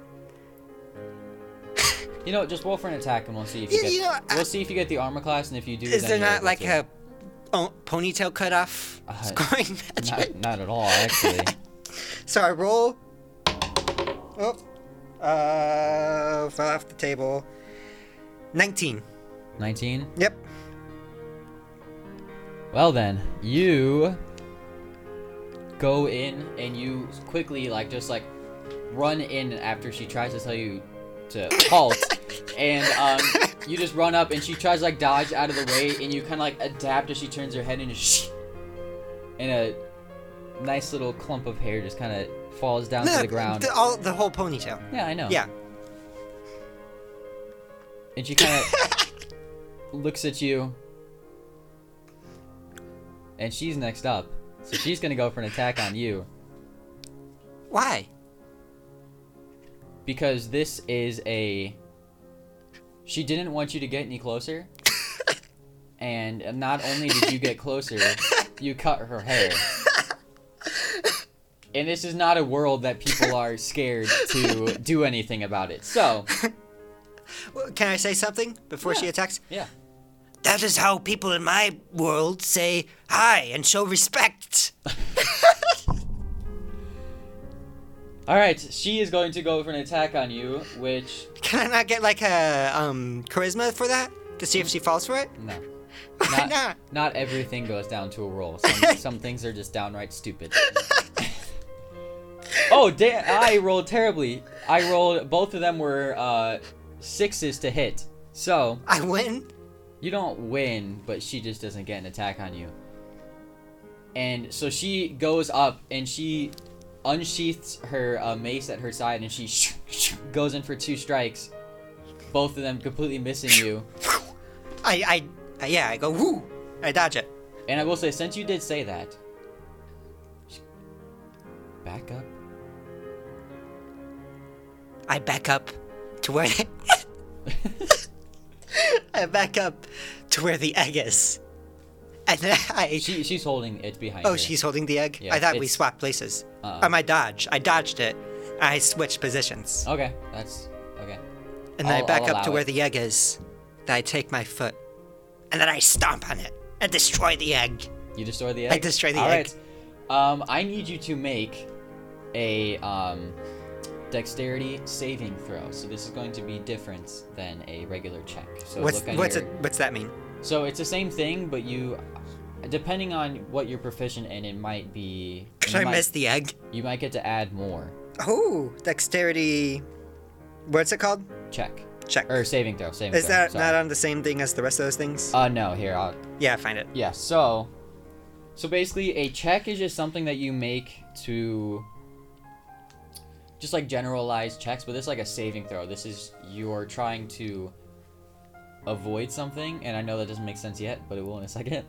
Speaker 2: You know, just roll for an attack, and we'll see if you
Speaker 1: Yeah,
Speaker 2: get.
Speaker 1: you know,
Speaker 2: we'll
Speaker 1: I-
Speaker 2: see if you get the armor class, and if you do,
Speaker 1: Is
Speaker 2: then
Speaker 1: there
Speaker 2: you're
Speaker 1: not
Speaker 2: able
Speaker 1: like
Speaker 2: to.
Speaker 1: a oh, ponytail cutoff
Speaker 2: Uh,
Speaker 1: scoring magic?
Speaker 2: Not, not at all, actually.
Speaker 1: So I roll. Oh, uh, fell off the table. 19.
Speaker 2: 19?
Speaker 1: Yep.
Speaker 2: Well then, you go in and you quickly like just like run in after she tries to tell you to halt and um you just run up and she tries to like dodge out of the way and you kind of like adapt as she turns her head and shh and a nice little clump of hair just kind of falls down to the ground. Oh.
Speaker 1: The, all, the whole ponytail.
Speaker 2: yeah, I know.
Speaker 1: Yeah.
Speaker 2: And she kind of looks at you. And she's next up. So she's going to go for an attack on you.
Speaker 1: Why?
Speaker 2: Because this is a. She didn't want you to get any closer. and not only did you get closer, you cut her hair. And this is not a world that people are scared to do anything about it. So,
Speaker 1: Well, Can I say something before she
Speaker 2: Yeah.
Speaker 1: attacks?
Speaker 2: yeah.
Speaker 1: That is how people in my world say hi and show respect.
Speaker 2: All right, she is going to go for an attack on you, which
Speaker 1: Can I not get like a um, charisma for that to see if she falls for it?
Speaker 2: no.
Speaker 1: Why
Speaker 2: Not,
Speaker 1: not?
Speaker 2: not everything goes down to a roll. Some, some things are just downright stupid. oh, damn! I rolled terribly. I rolled. Both of them were uh, sixes to hit. So
Speaker 1: I win.
Speaker 2: you don't win, but she just doesn't get an attack on you. And so she goes up and she unsheaths her uh, mace at her side and she goes in for two strikes. Both of them completely missing you.
Speaker 1: I, I, I yeah. I go woo. I dodge it.
Speaker 2: And I will say, since you did say that, back up.
Speaker 1: I back up to where. I back up to where the egg is, and then I.
Speaker 2: She she's holding it behind.
Speaker 1: Oh,
Speaker 2: her.
Speaker 1: she's holding the egg.
Speaker 2: Yeah,
Speaker 1: I thought we
Speaker 2: it's-
Speaker 1: swapped places.
Speaker 2: Uh-uh.
Speaker 1: Um, I dodge. I dodged it. I switched positions,
Speaker 2: okay. That's okay.
Speaker 1: and then
Speaker 2: I'll-
Speaker 1: I back
Speaker 2: I'll
Speaker 1: up to
Speaker 2: allow
Speaker 1: where
Speaker 2: it.
Speaker 1: the egg is. Then I take my foot, and then I stomp on it and destroy the egg.
Speaker 2: You destroy the egg.
Speaker 1: I destroy the
Speaker 2: All
Speaker 1: egg.
Speaker 2: right. Um, I need you to make a um, dexterity saving throw. So this is going to be different than a regular check. So
Speaker 1: what's
Speaker 2: Oh, look on
Speaker 1: what's
Speaker 2: your...
Speaker 1: it, what's that mean?
Speaker 2: So it's the same thing, but you, depending on what you're proficient in, it might be.
Speaker 1: Should
Speaker 2: you
Speaker 1: I
Speaker 2: might-
Speaker 1: miss the egg?
Speaker 2: You might get to add more.
Speaker 1: Oh, dexterity. What's it called?
Speaker 2: Check.
Speaker 1: Check.
Speaker 2: Or saving throw, saving
Speaker 1: Is
Speaker 2: throw.
Speaker 1: that
Speaker 2: sorry.
Speaker 1: not on the same thing as the rest of those things?
Speaker 2: Uh, no. Here, I'll.
Speaker 1: yeah, find it.
Speaker 2: Yeah. So, so basically, a check is just something that you make to, just like generalized checks, but this is like a saving throw. This is you're trying to avoid something, and I know that doesn't make sense yet, but it will in a second.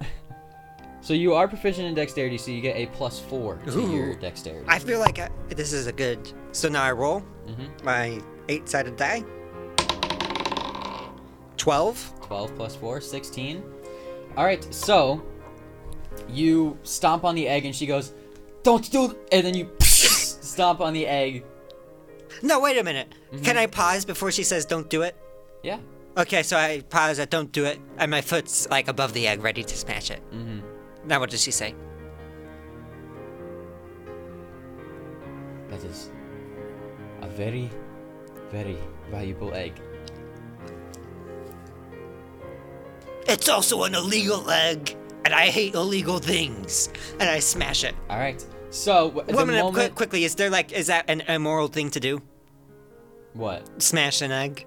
Speaker 2: so you are proficient in dexterity, so you get a plus four to your
Speaker 1: Ooh.
Speaker 2: dexterity.
Speaker 1: I feel like I, this is a good. So now I roll
Speaker 2: Mhm.
Speaker 1: my eight-sided die. Twelve.
Speaker 2: 12 plus 4, 16. All right, so you stomp on the egg and she goes, "Don't do," th-" and then you stomp on the egg.
Speaker 1: No, wait a minute.
Speaker 2: Mm-hmm.
Speaker 1: Can I pause before she says "don't do it"?
Speaker 2: Yeah.
Speaker 1: Okay, so I pause. I don't do it, and my foot's like above the egg, ready to smash it.
Speaker 2: Mhm.
Speaker 1: Now what does she say?
Speaker 2: That is a very, very valuable egg.
Speaker 1: It's also an illegal egg, and I hate illegal things. And I smash it.
Speaker 2: All right. So w- at
Speaker 1: Woman,
Speaker 2: the
Speaker 1: qu-
Speaker 2: moment,
Speaker 1: quickly, is there like is that an immoral thing to do?
Speaker 2: what?
Speaker 1: Smash an egg?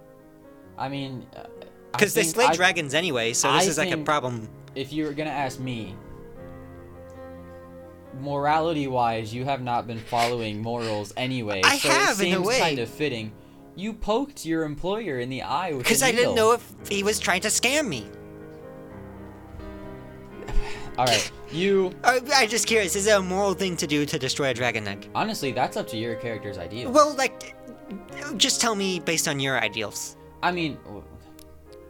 Speaker 2: I mean, uh, I
Speaker 1: Because they
Speaker 2: think-
Speaker 1: slay
Speaker 2: I-
Speaker 1: dragons anyway, so this
Speaker 2: I
Speaker 1: is like a
Speaker 2: think-
Speaker 1: problem.
Speaker 2: If you were gonna ask me, morality-wise, you have not been following morals anyway.
Speaker 1: I
Speaker 2: so
Speaker 1: have,
Speaker 2: it
Speaker 1: in a
Speaker 2: seems
Speaker 1: way.
Speaker 2: kind of fitting. You poked your employer in the eye with.
Speaker 1: Because I didn't know if he was trying to scam me.
Speaker 2: All right. You
Speaker 1: I- Oh, I'm just curious. Is it a moral thing to do to destroy a dragon egg?
Speaker 2: honestly, that's up to your character's ideals.
Speaker 1: Well, like, just tell me based on your ideals.
Speaker 2: I mean, w-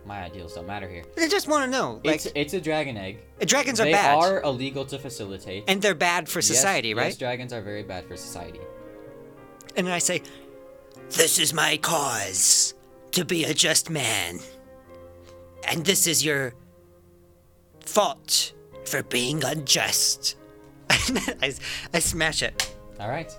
Speaker 2: my ideals don't matter here.
Speaker 1: I just want to know. Like,
Speaker 2: It's it's a dragon egg.
Speaker 1: dragons are
Speaker 2: They
Speaker 1: bad,
Speaker 2: are illegal to facilitate.
Speaker 1: and they're bad for
Speaker 2: Yes-
Speaker 1: society,
Speaker 2: yes,
Speaker 1: right?
Speaker 2: dragons are very bad for society.
Speaker 1: And I say, This is my cause to be a just man. And this is your fault for being unjust. I, I smash it.
Speaker 2: All right.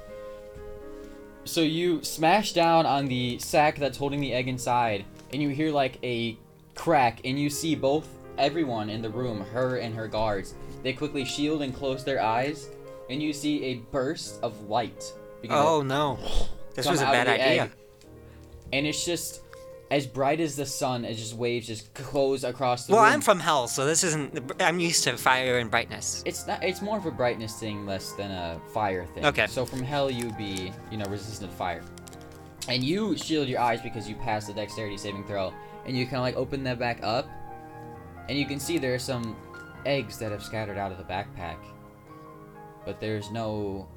Speaker 2: So you smash down on the sack that's holding the egg inside, and you hear like a crack, and you see both everyone in the room, her and her guards. They quickly shield and close their eyes, and you see a burst of light. begin to
Speaker 1: Oh no. This
Speaker 2: come
Speaker 1: was a
Speaker 2: out of
Speaker 1: bad
Speaker 2: the
Speaker 1: idea.
Speaker 2: egg. And it's just as bright as the sun, as just waves just close across the
Speaker 1: Well,
Speaker 2: room.
Speaker 1: I'm from hell, so this isn't. I'm used to fire and brightness.
Speaker 2: It's not. It's more of a brightness thing, less than a fire thing.
Speaker 1: Okay.
Speaker 2: So from hell, you'd be, you know, resistant to fire, and you shield your eyes because you passed the dexterity saving throw, and you kind of like open that back up, and you can see there are some eggs that have scattered out of the backpack, but there's no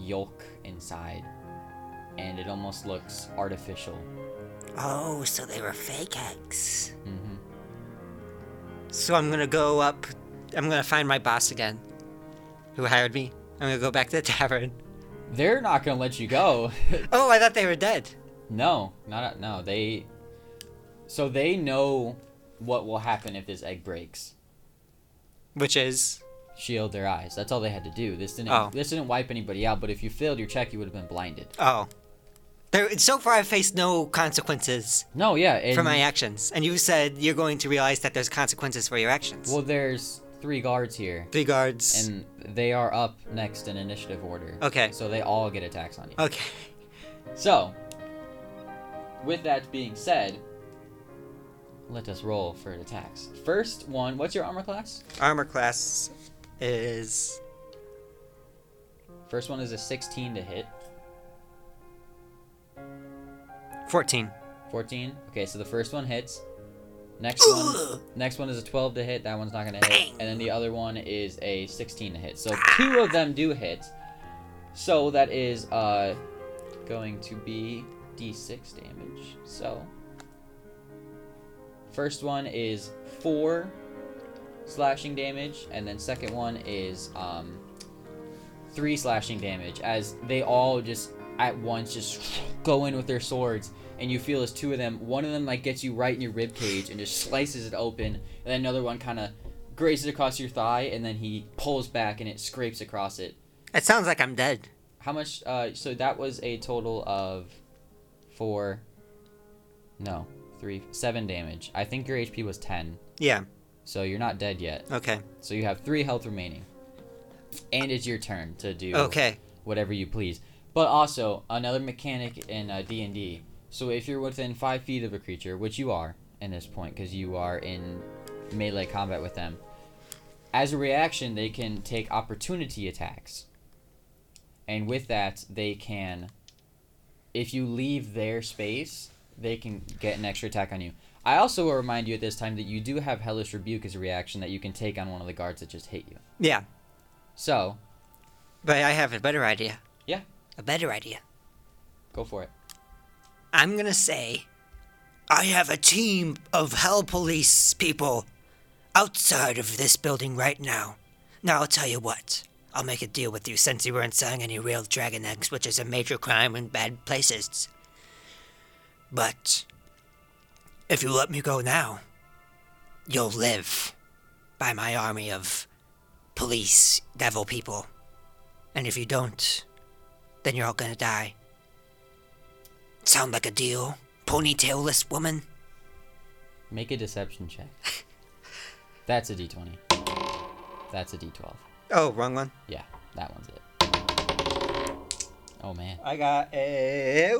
Speaker 2: yolk inside, and it almost looks artificial.
Speaker 1: Oh, so they were fake eggs.
Speaker 2: hmm
Speaker 1: So I'm gonna go up. I'm gonna find my boss again, who hired me. I'm gonna go back to the tavern.
Speaker 2: They're not gonna let you go.
Speaker 1: Oh, I thought they were dead.
Speaker 2: No, not no. They so they know what will happen if this egg breaks.
Speaker 1: Which is.
Speaker 2: Shield their eyes. That's all they had to do. This didn't.
Speaker 1: Oh.
Speaker 2: This didn't wipe anybody out. But if you failed your check, you would have been blinded.
Speaker 1: Oh. There, so far, I've faced no consequences
Speaker 2: No, yeah. And,
Speaker 1: for my actions. And you said you're going to realize that there's consequences for your actions.
Speaker 2: well, there's three guards here,
Speaker 1: Three guards.
Speaker 2: and they are up next in initiative order.
Speaker 1: Okay.
Speaker 2: So they all get attacks on you.
Speaker 1: Okay.
Speaker 2: So, with that being said, let us roll for attacks. First one. What's your armor class?
Speaker 1: Armor class is.
Speaker 2: First one is a 16 to hit.
Speaker 1: 14.
Speaker 2: 14. Okay, so the first one hits. Next one, next one is a 12 to hit. That one's not gonna hit. And then the other one is a 16 to hit. So two of them do hit. So that is uh, going to be d6 damage. So first one is four slashing damage, and then second one is um, three slashing damage as they all just at once just go in with their swords and you feel as two of them one of them like gets you right in your rib cage and just slices it open and then another one kind of grazes it across your thigh and then he pulls back and it scrapes across it
Speaker 1: It sounds like I'm dead.
Speaker 2: how much uh so that was a total of four no three seven damage i think your hp was 10
Speaker 1: Yeah.
Speaker 2: so you're not dead yet
Speaker 1: Okay.
Speaker 2: so you have three health remaining and it's your turn to do
Speaker 1: Okay.
Speaker 2: whatever you please. But also another mechanic in uh, D and D. So if you're within five feet of a creature, which you are in this point, because you are in melee combat with them, as a reaction they can take opportunity attacks, and with that they can, if you leave their space, they can get an extra attack on you. I also will remind you at this time that you do have Hellish Rebuke as a reaction that you can take on one of the guards that just hit you.
Speaker 1: Yeah.
Speaker 2: So
Speaker 1: But I have a better idea.
Speaker 2: yeah,
Speaker 1: A better idea.
Speaker 2: go for it.
Speaker 1: I'm gonna say, I have a team of hell police people outside of this building right now. Now I'll tell you what. I'll make a deal with you since you weren't selling any real dragon eggs, which is a major crime in bad places. But if you let me go now, you'll live by my army of police devil people. And if you don't, then you're all gonna die. Sound like a deal, ponytailless woman?
Speaker 2: Make a deception check. That's a d20. That's a d12.
Speaker 1: Oh, wrong one.
Speaker 2: Yeah, that one's it. Oh man,
Speaker 1: I got a.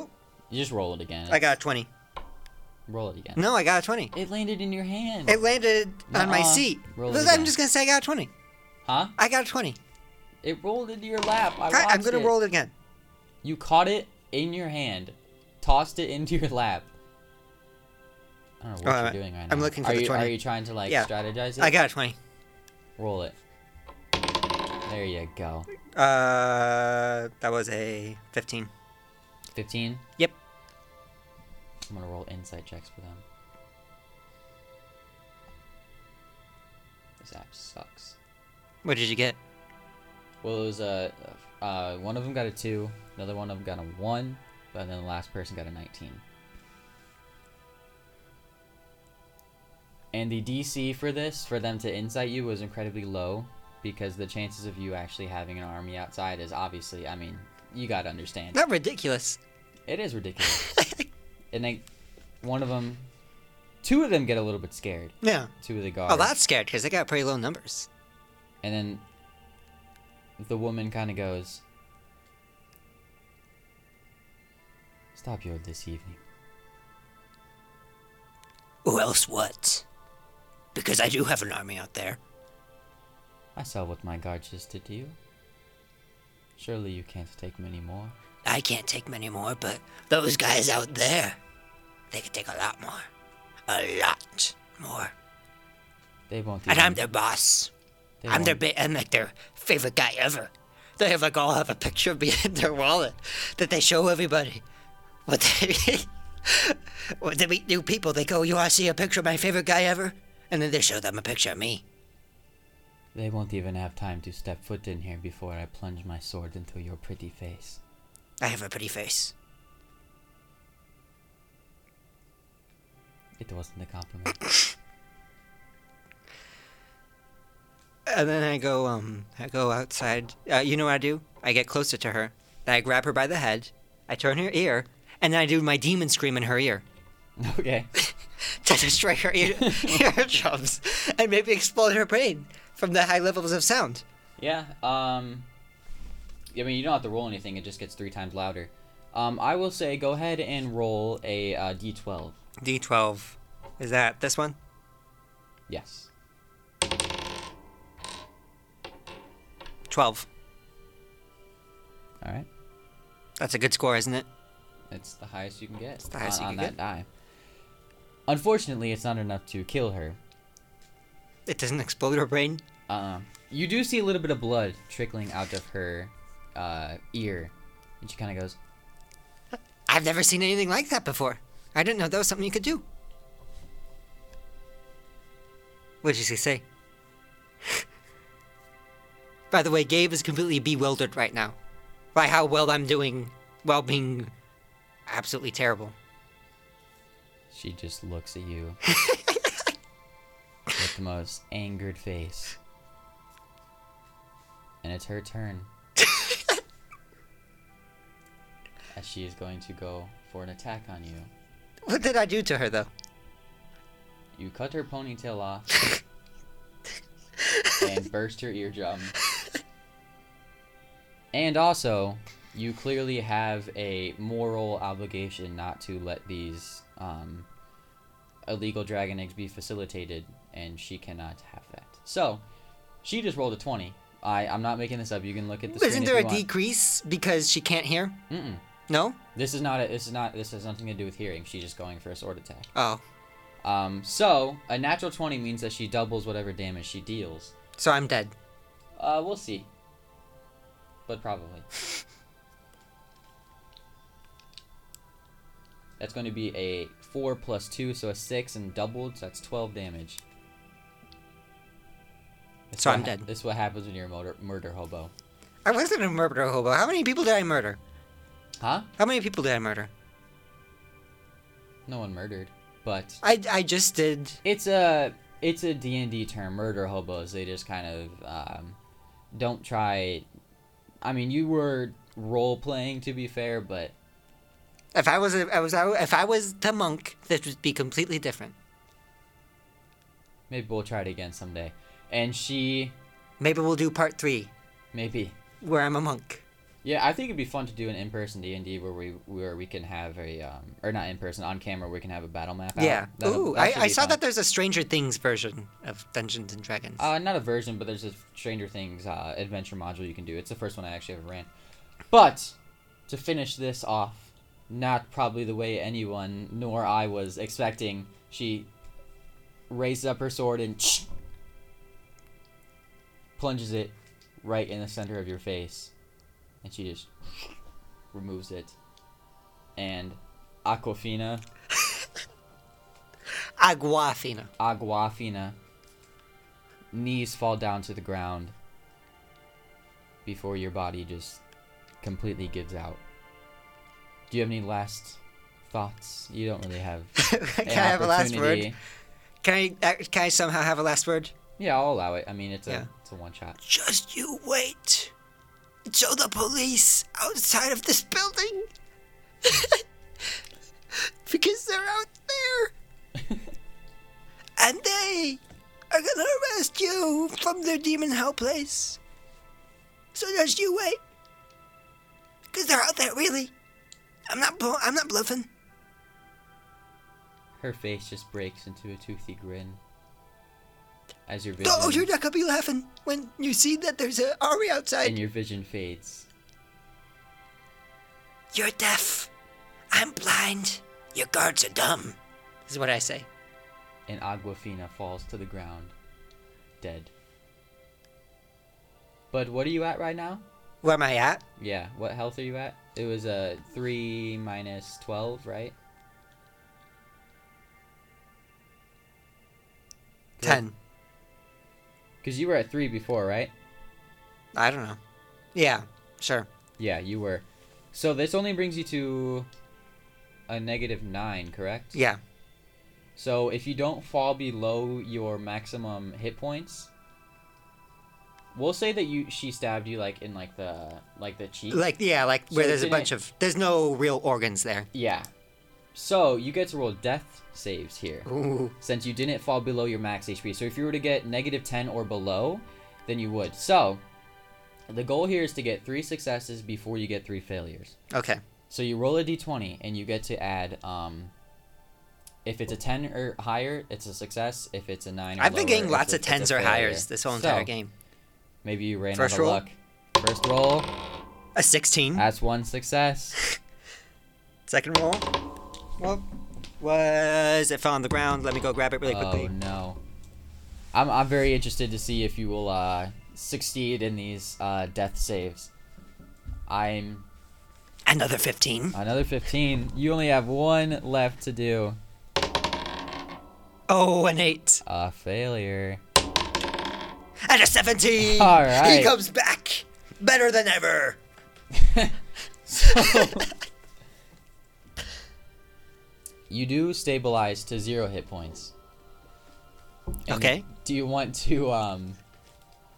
Speaker 2: you just roll it again.
Speaker 1: I got a 20.
Speaker 2: roll it again.
Speaker 1: No, I got a 20.
Speaker 2: It landed in your hand.
Speaker 1: Mm-hmm. It landed on my
Speaker 2: Nuh-uh.
Speaker 1: seat.
Speaker 2: Roll it
Speaker 1: Look,
Speaker 2: again.
Speaker 1: I'm just gonna say I got a 20.
Speaker 2: huh?
Speaker 1: I got a 20.
Speaker 2: It rolled into your lap. I
Speaker 1: I,
Speaker 2: watched
Speaker 1: am gonna
Speaker 2: it.
Speaker 1: roll it again.
Speaker 2: You caught it in your hand, tossed it into your lap. I don't know what
Speaker 1: Oh,
Speaker 2: you're
Speaker 1: I-
Speaker 2: doing right now.
Speaker 1: I'm looking for
Speaker 2: are
Speaker 1: the
Speaker 2: you,
Speaker 1: 20.
Speaker 2: Are you trying to like
Speaker 1: Yeah.
Speaker 2: strategize it?
Speaker 1: I got a 20.
Speaker 2: roll it. There you go.
Speaker 1: Uh, that was a 15.
Speaker 2: 15.
Speaker 1: Yep.
Speaker 2: I'm going to roll insight checks for them. This app sucks.
Speaker 1: What did you get?
Speaker 2: Well, it was a. Uh, uh, one of them got a 2, another one of them got a 1, but then the last person got a 19. And the DC for this, for them to insight you, was incredibly low because the chances of you actually having an army outside is obviously, I mean, you gotta understand.
Speaker 1: Not ridiculous.
Speaker 2: It is ridiculous. and they, one of them, two of them get a little bit scared.
Speaker 1: Yeah.
Speaker 2: Two of the guards.
Speaker 1: Oh, that's scared because they got pretty low numbers.
Speaker 2: And then the woman kind of goes, "Stop your this evening."
Speaker 1: Or else what? Because I do have an army out there.
Speaker 2: I saw what my guards just did to you. Surely you can't take many more.
Speaker 1: I can't take many more, but those guys out there, they can take a lot more. A lot more.
Speaker 2: They won't.
Speaker 1: And
Speaker 2: even-
Speaker 1: I'm their boss.
Speaker 2: they
Speaker 1: I'm their
Speaker 2: won't-
Speaker 1: ba- I'm like their favorite guy ever. They have like all have a picture of me in their wallet that they show everybody. When they, when they meet new people, they go, "You want to see a picture of my favorite guy ever?" And then they show them a picture of me.
Speaker 2: They won't even have time to step foot in here before I plunge my sword into your pretty face.
Speaker 1: I have a pretty face.
Speaker 2: It wasn't a compliment.
Speaker 1: And then I go, um, I go outside. Uh, you know what I do? I get closer to her. Then I grab her by the head. I turn her ear, and then I do my demon scream in her ear
Speaker 2: okay.
Speaker 1: to destroy her ear eardrums and maybe explode her brain from the high levels of sound.
Speaker 2: Yeah. Um. I mean, you don't have to roll anything. It just gets three times louder. Um. I will say, go ahead and roll a uh, d12.
Speaker 1: D12. Is that this one?
Speaker 2: Yes.
Speaker 1: 12.
Speaker 2: All right.
Speaker 1: That's a good score, isn't it?
Speaker 2: It's the highest you can get
Speaker 1: the highest
Speaker 2: on,
Speaker 1: you
Speaker 2: on
Speaker 1: can
Speaker 2: that die. Unfortunately, it's not enough to kill her.
Speaker 1: It doesn't explode her brain.
Speaker 2: Uh, you do see a little bit of blood trickling out of her uh, ear, and she kind of goes,
Speaker 1: I've never seen anything like that before. I didn't know that was something you could do. What did she say? By the way, Gabe is completely bewildered right now by how well I'm doing while being absolutely terrible.
Speaker 2: She just looks at you with the most angered face. And it's her turn. As she is going to go for an attack on you.
Speaker 1: What did I do to her, though?
Speaker 2: You cut her ponytail off and burst her eardrum. And also, you clearly have a moral obligation not to let these um, illegal dragon eggs be facilitated, and she cannot have that. So, she just rolled a 20. I, I'm not making this up. You can look at the screen
Speaker 1: Isn't
Speaker 2: if
Speaker 1: there a
Speaker 2: you want.
Speaker 1: decrease because she can't hear?
Speaker 2: Mm-mm.
Speaker 1: No?
Speaker 2: This is not. A, this is not. This has nothing to do with hearing. She's just going for a sword attack.
Speaker 1: Oh.
Speaker 2: Um, so a natural twenty means that she doubles whatever damage she deals.
Speaker 1: So I'm dead.
Speaker 2: Uh, we'll see. But probably. That's going to be a four plus two, so a six, and doubled, so that's twelve damage. That's
Speaker 1: So
Speaker 2: what
Speaker 1: I'm
Speaker 2: ha-
Speaker 1: dead.
Speaker 2: This is what happens when you're a murder murder hobo,
Speaker 1: I wasn't a murderer hobo. How many people did I murder?
Speaker 2: huh?
Speaker 1: How many people did I murder?
Speaker 2: No one murdered, but
Speaker 1: I, I just did.
Speaker 2: it's a it's a d&d term murder hobos they just kind of um, don't try i mean you were role playing to be fair but
Speaker 1: If I was, a, I was, I, if I was the monk, this would be completely different.
Speaker 2: maybe we'll try it again someday and she
Speaker 1: Maybe we'll do part three,
Speaker 2: maybe
Speaker 1: where I'm a monk.
Speaker 2: yeah i think it'd be fun to do an in-person d&d where we where we can have a um, or not in person on camera we can have a battle map out.
Speaker 1: yeah.
Speaker 2: That'll-
Speaker 1: Ooh,
Speaker 2: that should
Speaker 1: I, I
Speaker 2: be
Speaker 1: saw
Speaker 2: fun.
Speaker 1: that there's a Stranger Things version of Dungeons and Dragons.
Speaker 2: Uh, not a version, but there's a Stranger Things uh, adventure module you can do. It's the first one I actually ever ran. But to finish this off, not probably the way anyone nor I was expecting. She raises up her sword and plunges it right in the center of your face, and she just removes it. And Aquafina,
Speaker 1: Aguafina.
Speaker 2: Aguafina, knees fall down to the ground before your body just completely gives out. Do you have any last thoughts? You don't really have.
Speaker 1: can
Speaker 2: an
Speaker 1: I have a last word?
Speaker 2: opportunity.
Speaker 1: Can I? uh, Can I somehow have a last word?
Speaker 2: Yeah, I'll allow it. I mean, it's a
Speaker 1: Yeah.
Speaker 2: it's a one shot.
Speaker 1: Just you wait. Show the police outside of this building. because they're out there. and they are gonna arrest you from their demon hell place. So just you wait. Cause they're out there really. I'm not bl- I'm not bluffing.
Speaker 2: Her face just breaks into a toothy grin. As your vision
Speaker 1: No, Oh, you're not gonna be laughing when you see that there's an army outside.
Speaker 2: and your vision fades.
Speaker 1: You're deaf. I'm blind. Your guards are dumb. Is what I say.
Speaker 2: and Aguafina falls to the ground, dead. But what are you at right now?
Speaker 1: Where am I at?
Speaker 2: Yeah, what health are you at? It was a 3 minus 12, right?
Speaker 1: Ten.
Speaker 2: Because you were at 3 before, right?
Speaker 1: I don't know. Yeah, sure.
Speaker 2: Yeah, you were. So this only brings you to a negative 9, correct?
Speaker 1: Yeah.
Speaker 2: So if you don't fall below your maximum hit points, we'll say that you she stabbed you like in like the like the cheek.
Speaker 1: Like yeah, like where
Speaker 2: So
Speaker 1: there's a
Speaker 2: didn't
Speaker 1: bunch of there's no real organs there.
Speaker 2: Yeah. So you get to roll death saves here
Speaker 1: Ooh.
Speaker 2: since you didn't fall below your max HP. So if you were to get negative 10 or below, then you would. So the goal here is to get three successes before you get three failures.
Speaker 1: Okay.
Speaker 2: So you roll a d20 and you get to add. Um, if it's a 10 or higher, it's a success. If it's a 9 or
Speaker 1: I've been
Speaker 2: lower,
Speaker 1: getting
Speaker 2: it's
Speaker 1: lots
Speaker 2: a-
Speaker 1: of
Speaker 2: it's a
Speaker 1: tens or
Speaker 2: failure.
Speaker 1: higher this whole entire
Speaker 2: So,
Speaker 1: game.
Speaker 2: Maybe you ran
Speaker 1: First
Speaker 2: out of
Speaker 1: roll?
Speaker 2: luck. First roll.
Speaker 1: A sixteen.
Speaker 2: That's one success.
Speaker 1: Second roll. Well, was it fell on the ground? Let me go grab it really
Speaker 2: Oh
Speaker 1: quickly.
Speaker 2: no. I'm, I'm very interested to see if you will uh, succeed in these uh, death saves. I'm
Speaker 1: Another fifteen.
Speaker 2: another 15. You only have one left to do.
Speaker 1: Oh, an eight.
Speaker 2: A failure.
Speaker 1: And a seventeen.
Speaker 2: All right.
Speaker 1: He comes back better than ever.
Speaker 2: So- you do stabilize to zero hit points. And
Speaker 1: Okay.
Speaker 2: Do you want to? Um,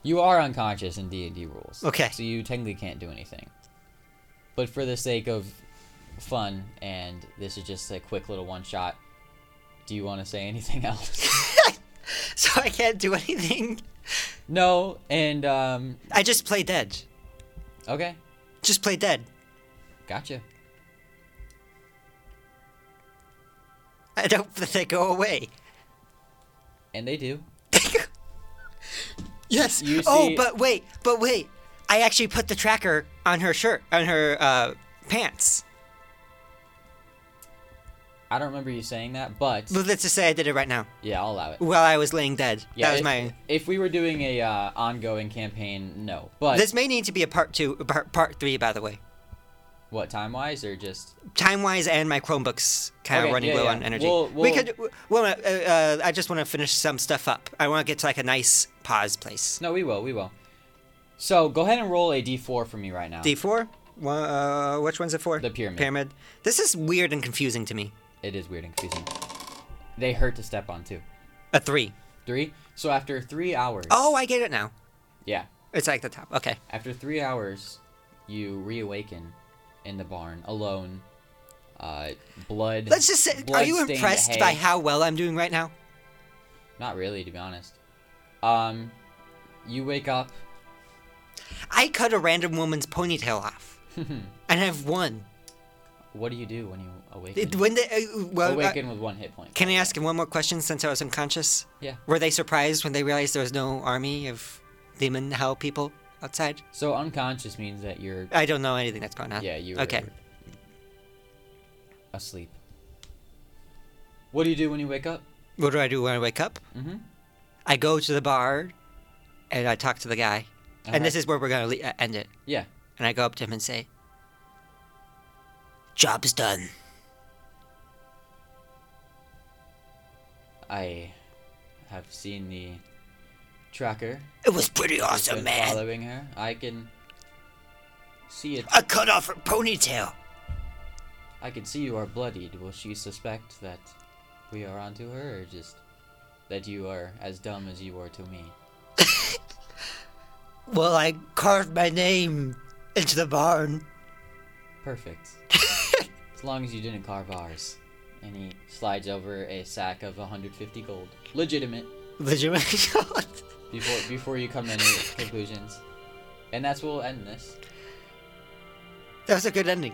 Speaker 2: you are unconscious in D and D rules.
Speaker 1: Okay.
Speaker 2: So you technically can't do anything. But for the sake of fun, and this is just a quick little one shot. Do you want to say anything else?
Speaker 1: So I can't do anything.
Speaker 2: no. And um,
Speaker 1: I just play dead.
Speaker 2: okay,
Speaker 1: Just play dead.
Speaker 2: gotcha.
Speaker 1: I don't that they go away.
Speaker 2: And they do.
Speaker 1: yes.
Speaker 2: You
Speaker 1: oh,
Speaker 2: see-
Speaker 1: but wait, but wait. I actually put the tracker on her shirt, on her uh, pants.
Speaker 2: I don't remember you saying that, but
Speaker 1: Well, let's just say I did it right now
Speaker 2: yeah, I'll allow it.
Speaker 1: while I was laying dead. that was
Speaker 2: if,
Speaker 1: my.
Speaker 2: If we were doing a uh, ongoing campaign, no. But
Speaker 1: This may need to be a part two, a part, part three, by the way.
Speaker 2: what time wise or just
Speaker 1: Time wise, and my Chromebook's kind of
Speaker 2: Okay,
Speaker 1: running
Speaker 2: yeah,
Speaker 1: low
Speaker 2: yeah.
Speaker 1: on energy.
Speaker 2: We'll-
Speaker 1: we
Speaker 2: we'll-
Speaker 1: could. Well, uh, uh, I just want to finish some stuff up. I want to get to like a nice pause place.
Speaker 2: no? We will. We will. So go ahead and roll a d4 for me right now.
Speaker 1: D4? One, uh, which one's it for?
Speaker 2: The pyramid.
Speaker 1: Pyramid. This is weird and confusing to me.
Speaker 2: It is weird and confusing. They hurt to step on too.
Speaker 1: A three.
Speaker 2: Three. So after three hours.
Speaker 1: Oh, I get it now.
Speaker 2: Yeah.
Speaker 1: It's like the top. Okay.
Speaker 2: After three hours, you reawaken in the barn alone. Uh, blood.
Speaker 1: Let's just say, are you
Speaker 2: blood-stained
Speaker 1: impressed by
Speaker 2: hay.
Speaker 1: how well I'm doing right now?
Speaker 2: Not really, to be honest. Um, you wake up.
Speaker 1: I cut a random woman's ponytail off, and I've won.
Speaker 2: What do you do when you awaken?
Speaker 1: It- When they, uh, well, uh,
Speaker 2: awaken with one hit point.
Speaker 1: can I ask him one more question since I was unconscious?
Speaker 2: Yeah.
Speaker 1: Were they surprised when they realized there was no army of demon hell people outside?
Speaker 2: So unconscious means that you're
Speaker 1: I don't know anything that's going on.
Speaker 2: yeah you were
Speaker 1: Okay.
Speaker 2: asleep. What do you do when you wake up?
Speaker 1: What do I do when I wake up?
Speaker 2: Mhm.
Speaker 1: I go to the bar, and I talk to the guy,
Speaker 2: Uh-huh.
Speaker 1: And this is where we're going to le- uh, end it.
Speaker 2: Yeah.
Speaker 1: And I go up to him and say, Job's done.
Speaker 2: I have seen the tracker
Speaker 1: It was pretty
Speaker 2: that's
Speaker 1: awesome,
Speaker 2: been
Speaker 1: man.
Speaker 2: following her. I can see it.
Speaker 1: I cut off her ponytail.
Speaker 2: I can see you are bloodied. Will she suspect that we are onto her, or just that you are as dumb as you were to me?
Speaker 1: Well, I carved my name into the barn.
Speaker 2: Perfect. as long as you didn't carve ours. And he slides over a sack of 150 gold. Legitimate.
Speaker 1: Legitimate.
Speaker 2: Before before you come to any conclusions. And that's where we'll end this.
Speaker 1: that was a good ending.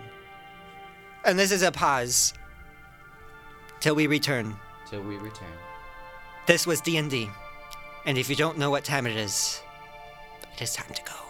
Speaker 1: And this is a pause till we return.
Speaker 2: Till we return.
Speaker 1: This was D&D. And if you don't know what time it is, it is time to go.